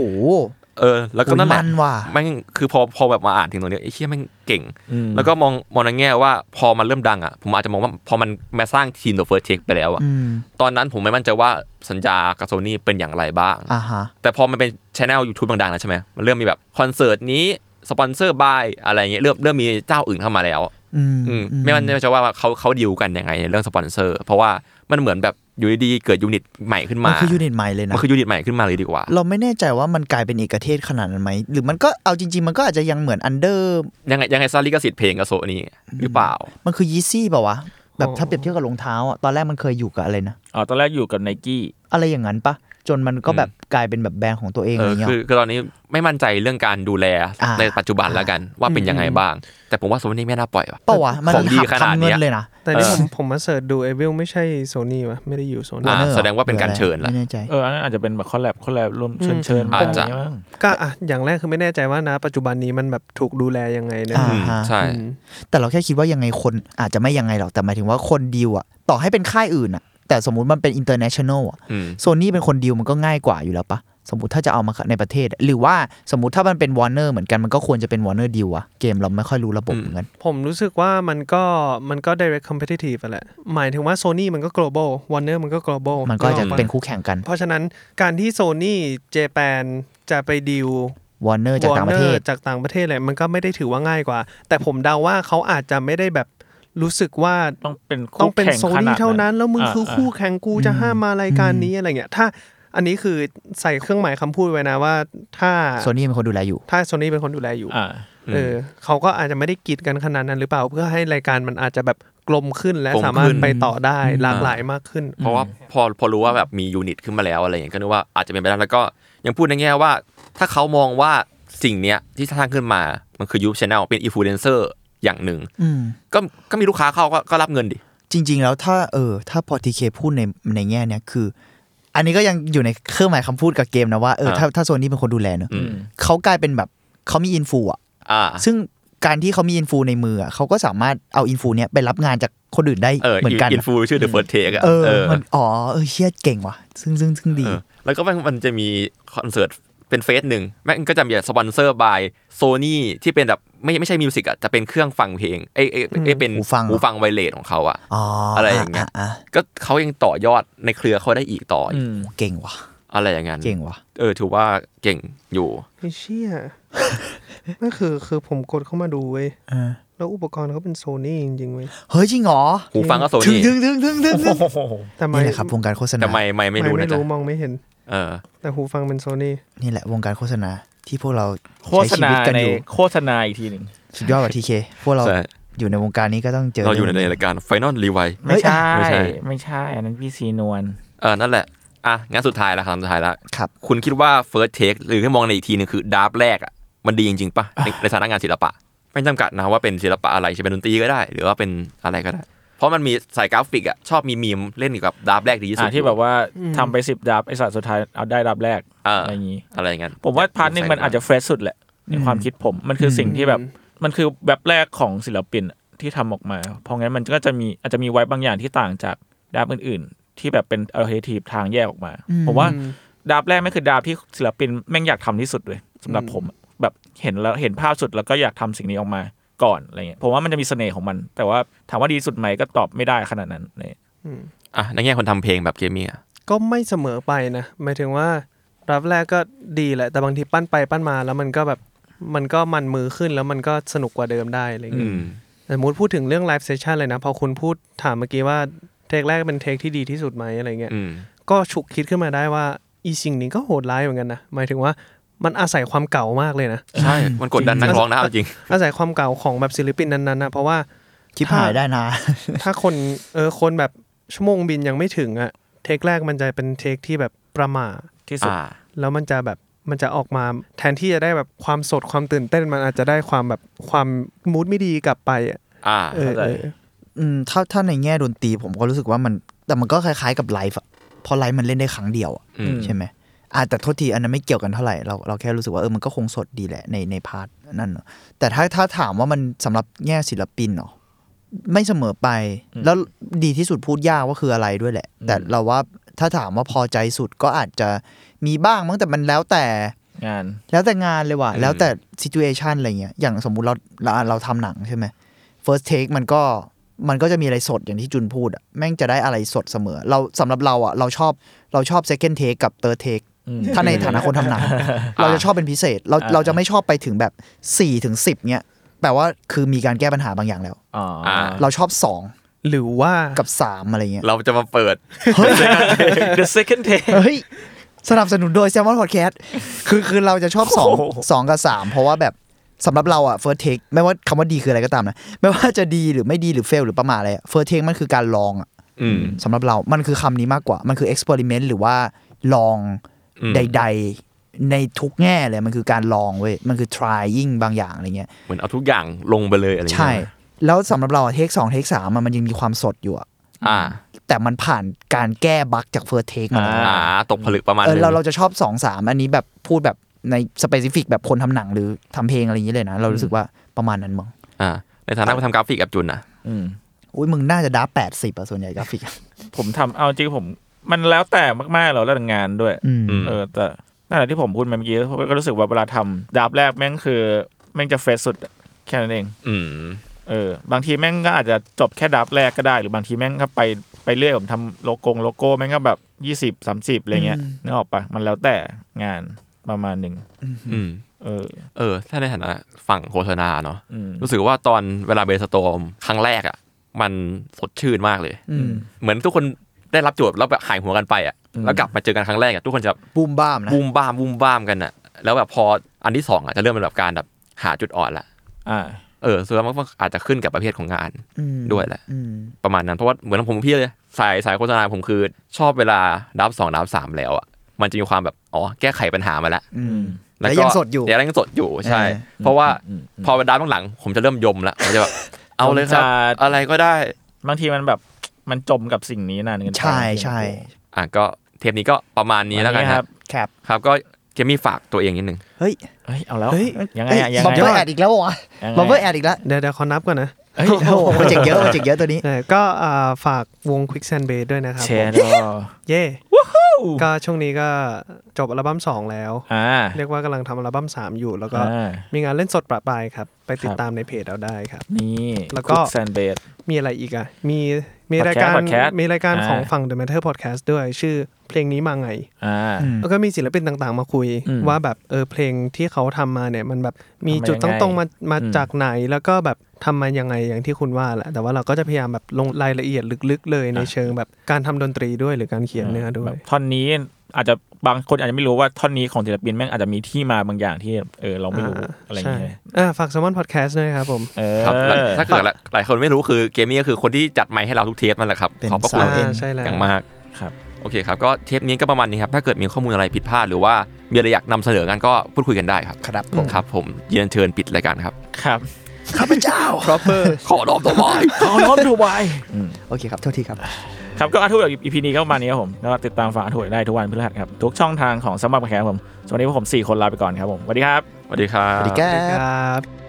Speaker 3: เออแล้วก็นั่นแห
Speaker 5: มั
Speaker 3: ละ
Speaker 5: นว่ะ
Speaker 3: แม่งคือพอพอแบบมาอ่านถึงตรงเนี้ยไอ้เชี่ยแม่งเก่ง
Speaker 2: อืม
Speaker 3: แล้วก็มองมองในแง่ว่าพอมันเริ่มดังอ่ะ ผมอาจจะมองว่าพอมันมาสร้างทีมเดอะเฟิร์สเทคไปแล้วอ่ะ
Speaker 5: อืม
Speaker 3: ตอนนั้นผมไม่มั่นใจว่าสัญญากับโซนี่เป็นอย่างไรบ้าง
Speaker 5: อ่าฮะ
Speaker 3: แต่พอมันเป็นช anel YouTube ดังๆแล้วใช่ไหมมันเริ่มมีแบบคอนเสิร์ตนี้ สปอนเซอร์บายอะไรเงี้ยเริ่มเริ่มมีเจ้าอื่นเข้ามาแล้ว
Speaker 5: อืม
Speaker 3: อืมไม่มั่นใจว่าเขาเขาดีลกันยังไงในเรื่องสปอนเซอร์ เพราะว่ามันเหมือนแบบอยู่ดีๆเกิดยูนิตใหม่ขึ้น
Speaker 5: มั
Speaker 3: มาน
Speaker 5: คือยูนิตใหม่เลยนะ
Speaker 3: มันคือยูนิตใหม่ขึ้นมาเลยดีกว่า
Speaker 5: เราไม่แน่ใจว่ามันกลายเป็นเอกเทศขนาดนั้นไหม หรือมันก็เอาจริง ๆ มันก็อาจจะยังเหมือนอันเดอร์
Speaker 3: ยังไงยังไงซาลิกสิทธิ์เพลงกับโซนี่หรือเปล่า
Speaker 5: มันคือยีซี่ป่าวะ แบบ
Speaker 4: อ๋อ
Speaker 5: ถ้าเปรียบเทียบกับรองเท้าอ่ะ ตอนแรกมันเคยอยู่กับอะไรนะ
Speaker 2: อ๋อตอนแรกอยู่กับไนกี้
Speaker 5: อะไรอย่างนั้นปะ จนมันก็แบบกลายเป็นแบบแบรนด์ของตัวเอง
Speaker 3: เอ
Speaker 5: อะไร
Speaker 3: อ
Speaker 5: เงี้ย
Speaker 3: คือคือตอนนี้ไม่มั่นใจเรื่องการดูแล
Speaker 5: อ่า
Speaker 3: ในปัจจุบันแล้วกัน ว่าเป็นยังไงบ้าง แต่ผมว่าโซนี่ไม่น่าปล่อยว่ะ
Speaker 5: ป่าวะ มัน
Speaker 3: ของดี
Speaker 5: หัก
Speaker 3: ขนาด
Speaker 5: ทำ
Speaker 3: เนี้ย
Speaker 5: เงินเลยนะ
Speaker 4: แต่นี่
Speaker 3: เออ
Speaker 4: ผมผมมาเสิร์ชดูเอวิลไม่ใช่โซนี่วะไม่ได้อยู่โซนี่
Speaker 3: อ่า
Speaker 5: เนอะ
Speaker 3: แสดงว่าเป็นการเชิญละ
Speaker 5: ไม่แน่ใจ
Speaker 2: เอออันนั้นอาจจะเป็นแบบคอลแลบคอลแลบรวมเชิญเชิญมา
Speaker 3: อาจจะ
Speaker 2: ไรเงี้ยมั้ง
Speaker 4: ก็อ่ะอย่างแรกคือไม่แน่ใจว่านะ ปัจจุบันนี้มันแบบถูกดูแลยังไงนะ
Speaker 5: อ่า
Speaker 3: อืมใช่
Speaker 4: อืม
Speaker 5: แต่เราแค่คิดว่ายังไงคนอาจจะไม่ยังไงหรอกแต่หมายถึงว่าคนดีลอ่ะต่อให้เป็นค่ายอื่นอ่ะแต่สมมติมันเป็นอินเตอร์เนชั่นแนลอ่ะ
Speaker 3: อืม
Speaker 5: โซนี่เป็นคนดีลมันก็ง่ายกว่าอยู่แล้วปะสมมติถ้าจะเอามาในประเทศ หรือว่าสมมติถ้ามันเป็นวอร์เนอร์เหมือนกันมันก็ควรจะเป็นวอร์เนอร์ดีลอะเกมเราไม่ค่อยรู้ระบบเหมือนกัน
Speaker 4: ผมรู้สึกว่ามันก็มันก็ direct competitive อะแหละ หมายถึงว่าโซนี่มันก็ global Warner มันก็ global
Speaker 5: มันก็จะเป็นคู่แข่งกัน
Speaker 4: เพราะฉะนั้นการที่โซนี่เจแปนจะไปดีล
Speaker 5: วอร์เนอร์จากต่างประเทศ
Speaker 4: Warner จากต่างประเทศเลยมันก็ไม่ได้ถือว่าง่ายกว่า แต่ผมเดาว่าเขาอาจจะไม่ได้แบบรู้สึกว่า
Speaker 2: ต้องเป็นคู่
Speaker 4: ต้องเป็น
Speaker 2: แข่ง
Speaker 4: โซ
Speaker 2: ข
Speaker 4: นี่
Speaker 2: ด
Speaker 4: เท่านั้น แล้วมึง
Speaker 2: อ่า
Speaker 4: คือ
Speaker 2: อ่า
Speaker 4: คู่แข่งกูจะห้ามมารายการนี้อะไรเงี้ยถ้าอันนี้คือใส่เครื่องหมายคำพูดไว้นะว่าถ้า
Speaker 5: โซนี่เป็นคนดูแลอยู่
Speaker 4: ถ้าโซนี่เป็นคนดูแลอยู่
Speaker 2: อ่า
Speaker 4: เออเขาก็อาจจะไม่ได้กีดกันขนาดนั้นหรือเปล่าเพื่อให้รายการมันอาจจะแบบกลมขึ้นและ
Speaker 3: กลมขึ้น
Speaker 4: สามารถไปต่อได้หลากหลายมากขึ้น
Speaker 3: เพราะว่าพอพอรู้ว่าแบบมียูนิตขึ้นมาแล้วอะไรอย่างเงี้ยก็นึกว่าอาจจะเป็นไปได้แล้วก็ยังพูดในแง่ว่า ถ้าเขามองว่าสิ่งเนี้ยที่สร้างขึ้นมามันคือยูทูบชแนลเป็นอินฟลูเอนเซอร์อย่างหนึ่ง
Speaker 5: อืม
Speaker 3: ก็ก็มีลูกค้าเข้าก็ก็รับเงินดิ
Speaker 5: จริง ๆ แล้วถ้าเออถ้าพอทีเคพูดในในแง่เนี้ยคือ อันนี้ก็ยังอยู่ในเครื่องหมายคำพูดกับเกมนะว่าเออถ้าถ้าโซนี่เป็นคนดูแลเนอะ
Speaker 3: อืม
Speaker 5: เขากลายเป็นแบบเขามีอินฟูอะ
Speaker 3: อ่า
Speaker 5: ซึ่งการที่เขามีอินฟูในมืออะเขาก็สามารถเอาอินฟูเนี้ยไปรับงานจาก คนอื่นได้
Speaker 3: เออ
Speaker 5: เหมือนกัน
Speaker 3: อินฟูชื่อ The First Take อะ
Speaker 5: เออ
Speaker 3: เออ
Speaker 5: มันอ๋อเออเชียเก่งว่ะ ซึ่งซึ่งซึ่งดี
Speaker 3: เออแล้วก็มันจะมีคอนเสิร์ตเป็นเฟสหนึ่งแม่งก็จะมีสปอนเซอร์บายโซนี่ที่เป็นแบบไม่ไม่ใช่มิวสิกอ่ะจะเป็นเครื่องฟังเพลงเอ้ยเอ้ยเอ้ยเป็น
Speaker 5: หูฟังเหรอ
Speaker 3: หูฟังไวเลสของเขาอ่ะ
Speaker 5: อ๋ออะไร
Speaker 3: อย่างเงี้ย
Speaker 5: อ่ะ
Speaker 3: ก็เขายังต่อยอดในเครือเขาได้อีกต่ออีก
Speaker 2: ม
Speaker 5: ๆๆเก่งว่ะ
Speaker 3: อะไรอย่างนั้น
Speaker 5: เก่งว่ะ
Speaker 3: เออถือว่าเก่งอยู่
Speaker 4: ไอ้เชี่ยนั่นคือคือผมกดเข้ามาดูเว้ย
Speaker 5: เออ
Speaker 4: แล้วอุปกรณ์เขาเป็นโซนี่จริงๆเว้ย
Speaker 5: เฮ้ยจริงเหรอ
Speaker 3: หูฟังก็โซ
Speaker 5: ถึง
Speaker 3: นี่
Speaker 5: ถึงถึงถึงถึงถึง
Speaker 4: แต่ไม่
Speaker 5: นี่แหละครับวงการโฆษณา
Speaker 3: แต่ไม่ไม่ไม่รู้
Speaker 4: ไม่
Speaker 3: นะจ๊ะ
Speaker 4: รู้มองไม่เห็น
Speaker 3: เออ
Speaker 4: แต่หูฟังเป็นโซนี่
Speaker 5: นี่แหละวงการโฆษณาที่พวกเรา
Speaker 2: โฆษ
Speaker 5: ใช้ชี
Speaker 2: ณา
Speaker 5: วิตกัน
Speaker 2: ใน
Speaker 5: อยู่
Speaker 2: โฆษณาอีกทีหนึ่ง
Speaker 5: สุดยอดกว่าทีเคพวกเรา
Speaker 3: ใช่
Speaker 5: อยู่ในวงการนี้ก็ต้องเจอ
Speaker 3: เราอยู่ในรายการ Final r e v i
Speaker 2: ไม่ใช่
Speaker 3: ไม่ใช่
Speaker 2: ไม่ใช่ อันนั้นพี่ซีนวล
Speaker 3: เออนั่นแหละอ่ะงั้นสุดท้ายละคำสุดท้ายละ
Speaker 5: ครับ
Speaker 3: คุณคิดว่า First Take หรือถ้ามองในอีกทีหนึงคือดาร์ฟแรกอ่ะมันดีจริงๆป่ะในในฐานะงานศิลปะ ไม่จำกัดนะว่าเป็นศิลปะอะไรจะเป็นดนตรีก็ได้ หรือว่าเป็นอะไรก็ได้ เพราะมันมีสายกราฟิกอ่ะชอบมีมีมเล่นเกี่ยวกับดาร์ฟแรกดีที่สุ
Speaker 2: อ่ะ
Speaker 3: ด
Speaker 2: ที่แบบว่าทำไปสิบดับไอสัตว์สุดท้ายเอาได้ดับแรก
Speaker 3: เออ
Speaker 2: อะไรอย่างนี้
Speaker 3: อะไรอย่างนั้น
Speaker 2: ผมว่าพาร์ทหนึงมันอาจจะเฟรชสุดแหละในความคิดผมมันคือสิ่งที่แบบมันคือแบบแรกของศิลปินที่ทำออกมา เพราะงั้นมันก็จะมีอาจจะมีไว้บางอย่างที่ต่างจากดาบอื่น ๆ ที่แบบเป็นอัลเทอร์ทีฟทางแยกออกมาผมว่าดาบแรกไม่คือดาบที่ศิลปินแม่งอยากทำที่สุดเลยสำหรับผมอะแบบเห็นแล้วเห็นภาพสุดแล้วก็อยากทำสิ่งนี้ออกมาก่อนอะไรเงี้ยผมว่ามันจะมีเสน่ห์ของมัน แต่ว่าถามว่าดีสุดไหมก็ตอบไม่ได้ขนาดนั้นเนี่ย
Speaker 3: อ่ะในแง่คนทำเพลงแบบเกมมี่อ่ะ
Speaker 4: ก็ไม่เสมอไปนะหมายถึงว่ารับแรกก็ดีแหละ แต่บางทีปั้นไปปั้นมาแล้วมันก็แบบมันก็มันมือขึ้นแล้วมันก็สนุกกว่าเดิมได้อะไรอย่างเงี้ย
Speaker 3: อืม
Speaker 4: สมมติพูดถึงเรื่องไลฟ์เซสชันเลยนะ พอคุณพูดถามเมื่อกี้ว่าเทคแรกเป็นเทคที่ดีที่สุดไหมอะไรเงี้ย
Speaker 3: อืม
Speaker 4: ก็ฉุกคิดขึ้นมาได้ว่าอีสิ่งนี้ก็โหดร้ายเหมือนกันนะหมายถึงว่ามันอาศัยความเก่ามากเลยนะ
Speaker 3: ใช่ มันกดดันนักร้องนะเอาจริง
Speaker 4: อาศัยความเก่าของแบบศิลปินนั้นๆนะเพราะว่า
Speaker 5: ชิปหายได้นะ
Speaker 4: ถ้าคนเออคนแบบชั่วโมงบินยังไม่ถึงอะเทคแรกมันจะเป็นเทคที่แบบประหมา
Speaker 2: ที่สุด
Speaker 3: อ่า
Speaker 4: แล้วมันจะแบบมันจะออกมาแทนที่จะได้แบบความสดความตื่นเต้นมันอาจจะได้ความแบบความมูดไม่ดีกลับไปอะ
Speaker 3: อ่า
Speaker 4: เออเออ
Speaker 5: อืมถ้าถ้าในแง่ดนตรีผมก็รู้สึกว่ามัน แต่มันก็คล้ายๆกับไลฟ์อะเพอไลฟ์มันเล่นได้ครั้งเดียวอะ
Speaker 3: อืม
Speaker 5: ใช่ไหมอ่าแต่โทษทีอันนั้นไม่เกี่ยวกันเท่าไหร่เราเราแค่รู้สึกว่าเออมันก็คงสดดีแหละในในพาร์ทนั่นเนอะแต่ถ้าถ้าถามว่ามันสำหรับแง่ศิลปินเนาะไม่เสมอไป แล้วดีที่สุดพูดยากว่าคืออะไรด้วยแหละ แต่เราว่าถ้าถามว่าพอใจสุดก็อาจจะมีบ้างมั้งแต่มันแล้วแต่
Speaker 2: งาน
Speaker 5: แล้วแต่งานเลยว่ะ
Speaker 3: อืม
Speaker 5: แล้วแต่ซิจูเอชันอะไรเงี้ย อย่างสมมุติเราเราเราทำหนังใช่ไหม first take มันก็มันก็จะมีอะไรสดอย่างที่จุนพูดอะแม่งจะได้อะไรสดเสมอ เราสำหรับเราอะเราชอบเราชอบ second take กับ third take
Speaker 2: อืม
Speaker 5: ถ้าในฐานะคนทำหนัง เราจะชอบเป็นพิเศษ เราเราจะไม่ชอบไปถึงแบบ4ถึง10เนี้ยแปลว่าคือมีการแก้ปัญหาบางอย่างแล้ว
Speaker 2: อ๋อ
Speaker 3: อ่า
Speaker 5: เราชอบ 2
Speaker 4: หรือว่า
Speaker 5: กับ 3 อะไรเงี้ย
Speaker 3: เราจะมาเปิด
Speaker 2: เดอะ second take
Speaker 5: เฮ้ยสนับสนุนโดย Salmon Podcast คือคือเราจะชอบสองสองกับสามเพราะว่าแบบสำหรับเราอะ first take ไม่ว่าคำว่าดีคืออะไรก็ตามนะ ไม่ว่าจะดีหรือไม่ดีหรือ fail หรือประมาทอะไรอะ first take มันคือการลองอะ
Speaker 3: อืม
Speaker 5: สำหรับเรา มันคือคำนี้มากกว่า มันคือ experiment หรือว่าลอง
Speaker 3: อืม
Speaker 5: ใด ๆ ในทุกแง่เลย มันคือการลองเว้ย มันคือ trying บางอย่างอะไรเงี้ย
Speaker 3: เหมือนเอาทุกอย่างลงไปเลยอะไรอย่าง
Speaker 5: ใช่
Speaker 3: เงี้ย
Speaker 5: แล้วสำหรับเราเทคสองเทคสามมันยังมีความสดอยู่อะ
Speaker 3: อ่า
Speaker 5: แต่มันผ่านการแก้บั๊กจาก first take มาแล้ว
Speaker 3: อ่า ตกผลึกประมาณ
Speaker 5: เออ
Speaker 3: นึง
Speaker 5: เราเราจะชอบสองสามอันนี้แบบพูดแบบในสเปซิฟิกแบบคนทำหนังหรือทำเพลงอะไรอย่างเงี้ยเลยนะ เรารู้สึกว่าประมาณนั้นมั้ง
Speaker 3: อ่าในฐานะคนทำกราฟิกกับจุนนะ
Speaker 2: อืม
Speaker 5: อุ้ยมึงน่าจะดับแปดสิบอะส่วนใหญ่กราฟิกอะ
Speaker 2: ผมทำเอาจริงผมมันแล้วแต่มากๆแล้วแล้วแต่งานด้วย
Speaker 5: อืม
Speaker 2: เออแต่นั่นแหละที่ผมพูดมาเมื่อกี้ก็รู้สึกว่าเวลาทำดาบแรกแม่งคือแม่งจะเฟรชสุดอะแค่นั้นเอง
Speaker 3: อืม
Speaker 2: เออบางทีแม่งก็อาจจะจบแค่ดาบแรกก็ได้ หรือบางทีแม่งก็ไปไปเรื่อยผมทำโลโก้โลโก้แม่งก็แบบยี่สิบสามสิบอะไรเงี้ย
Speaker 5: อืม
Speaker 2: นึกออกปะมันแล้วแต่งานประมาณหนึ่ง
Speaker 3: อืม
Speaker 2: เออ
Speaker 3: เออ ถ้าในฐานะฝั่งโฆษณาเนาะ
Speaker 2: อืม
Speaker 3: รู้สึกว่าตอนเวลาเบสโตอมครั้งแรกอ่ะ มันสดชื่นมากเลย
Speaker 5: อืม
Speaker 3: เหมือนทุกคนได้รับโจทย์แล้วแบบหายหัวกันไปอ่ะ แล้วกลับมาเจอกันครั้งแรกอ่ะ ทุกคนจะ
Speaker 5: บูมบ้ามนะ
Speaker 3: บูมบ้ามบูมบ้ามกันอ่ะ แล้วแบบพออันที่สองอ่ะจะเริ่มเป็นแบบการแบบหาจุดอ่อนละ
Speaker 2: อ่า
Speaker 3: เออส่วนมากมันอาจจะขึ้นกับประเภทของงาน
Speaker 5: อืม
Speaker 3: ด้วยแหละ
Speaker 5: อืม
Speaker 3: ประมาณนั้น เพราะว่าเหมือนผมพี่เลย สายสายโฆษณาผมคือ ชอบเวลาดับสองดับสามแล้วอ่ะ มันจะมีความแบบ อ๋อ แก้ไขปัญหามาแล้ว
Speaker 5: อืม
Speaker 3: แล้
Speaker 5: และ
Speaker 3: วก็
Speaker 5: ยังสดอยู่
Speaker 3: แต่ยังสดอยู่ใช่
Speaker 5: เออ
Speaker 3: เพราะว่าพอเวลาหลังๆผมจะเริ่มยมละผมจะแบบ เอาเลยครับ อะไรก็ได้
Speaker 2: บางทีมันแบบมันจมกับสิ่งนี้นานเกินไป
Speaker 5: ใช่ใช่
Speaker 3: อ่ะก็เทปนี้ก็ประมาณนี้แล้วกันครับ
Speaker 5: แคป
Speaker 3: ครับก็เกมมี่ฝากตัวเองนิดนึง
Speaker 5: เฮ้ย
Speaker 2: เฮ้ยเอาแล้ว
Speaker 4: เฮ้ย
Speaker 2: ยังไง
Speaker 5: เอ้ย
Speaker 2: อะยัง
Speaker 5: บับ
Speaker 2: ไง
Speaker 5: เบิ้ลแอ
Speaker 2: อะ
Speaker 5: ดอีกแล้ววะ
Speaker 2: ยังไงอะ
Speaker 5: บับเบิ้ลแอดอีกแล้ว
Speaker 4: เดี๋ยวเดี๋ยวขอนับก่อนนะ
Speaker 2: เฮ้ย
Speaker 5: โอ้โหโปรเจกต์เยอะโปรเจกต์เยอะตัวนี้
Speaker 4: เออก็อ่าฝากวง Quick Sand b a s ด้วยนะครับ
Speaker 2: แชร์
Speaker 4: ผม
Speaker 2: ดอ
Speaker 4: เย่ก็ช่วงนี้ก็จบอัลบั้มสองแล้ว
Speaker 2: อ่า
Speaker 4: เรียกว่ากำลังทำอัลบั้มสามอยู่ แล้วก็
Speaker 2: อ่า
Speaker 4: มีงานเล่นสดประปรายครับ ไปติด
Speaker 2: ครับ
Speaker 4: ตามในเพจเราได้ครับ
Speaker 2: นี่
Speaker 4: แล้วก็
Speaker 2: แซนเบด
Speaker 4: มีอะไรอีกอ่ะ มีมี
Speaker 2: Podcast
Speaker 4: รายการ
Speaker 2: Podcast
Speaker 4: มีรายการ
Speaker 2: อ่า
Speaker 4: ของฝั่ง The Matter Podcast ด้วย ชื่อเพลงนี้มาไง
Speaker 2: อ่า
Speaker 4: แล้วก็มีศิลปินต่างๆ มาคุย
Speaker 2: อืม
Speaker 4: ว่าแบบเออเพลงที่เขาทำมาเนี่ย มันแบบมีจุดตั้งตรงมามา
Speaker 2: อืม
Speaker 4: จากไหน แล้วก็แบบทำมายังไงอย่างที่คุณว่าแหละ แต่ว่าเราก็จะพยายามแบบลงรายละเอียดลึกๆ เลยในเชิงแบบการทำดนตรีด้วยหรือการเขียนเนื้อด้ว
Speaker 2: แบ
Speaker 4: ย
Speaker 2: บท่อนนี้อาจจะบางคนอาจจะไม่รู้ว่าท่อนนี้ของศิลปินแม่งอาจจะมีที่มาบางอย่างที่เออเราไม่รู้
Speaker 4: อ่า
Speaker 2: อะไรอย่าง
Speaker 4: ใช่
Speaker 2: เงี้ย
Speaker 4: อ่าฝากสมอนพอดแคสต์ด้วยครับผม
Speaker 2: เออ
Speaker 3: ครับแล้วถ้าเกิดหลายหลายคนไม่รู้คือเกมมี่ก็คือคนที่จัดไมค์ให้เราทุกเทปนั่นแหละครับ
Speaker 5: เป็น
Speaker 3: ขอบพระคุณ
Speaker 5: สาวเอ็น
Speaker 4: ใช่แล้ว
Speaker 3: อย่างมาก
Speaker 2: ครับ
Speaker 3: โอเคครับ ก็เทปนี้ก็ประมาณนี้ครับ ถ้าเกิดมีข้อมูลอะไรผิดพลาดหรือว่ามีอะไรอยากนำเสนอกันก็พูดคุยกันได้ครับ
Speaker 5: ครับผม
Speaker 3: ครับผมเรียนเชิญปิดรายการครับ
Speaker 2: ครับ
Speaker 5: ข้าพเจ้า
Speaker 4: proper
Speaker 3: ขอนอบต่อไป
Speaker 2: ขอน้อมดูไว้
Speaker 5: โอเคครับโทษทีครับ
Speaker 2: ครับก็อาร์ทูแบบอีพีนี้ก็ประมาณนี้ครับผมแล้วก็ติดตามฟังอาร์ทูได้ทุกวันพฤหัสครับทุกช่องทางของสำหรับแขกผมสวันนี้พวกผมสี่คนลาไปก่อนครับผมสวัสดีครับ
Speaker 3: สวัสดีครับ
Speaker 5: สวัสดีครั
Speaker 4: ค
Speaker 5: บ
Speaker 4: รับ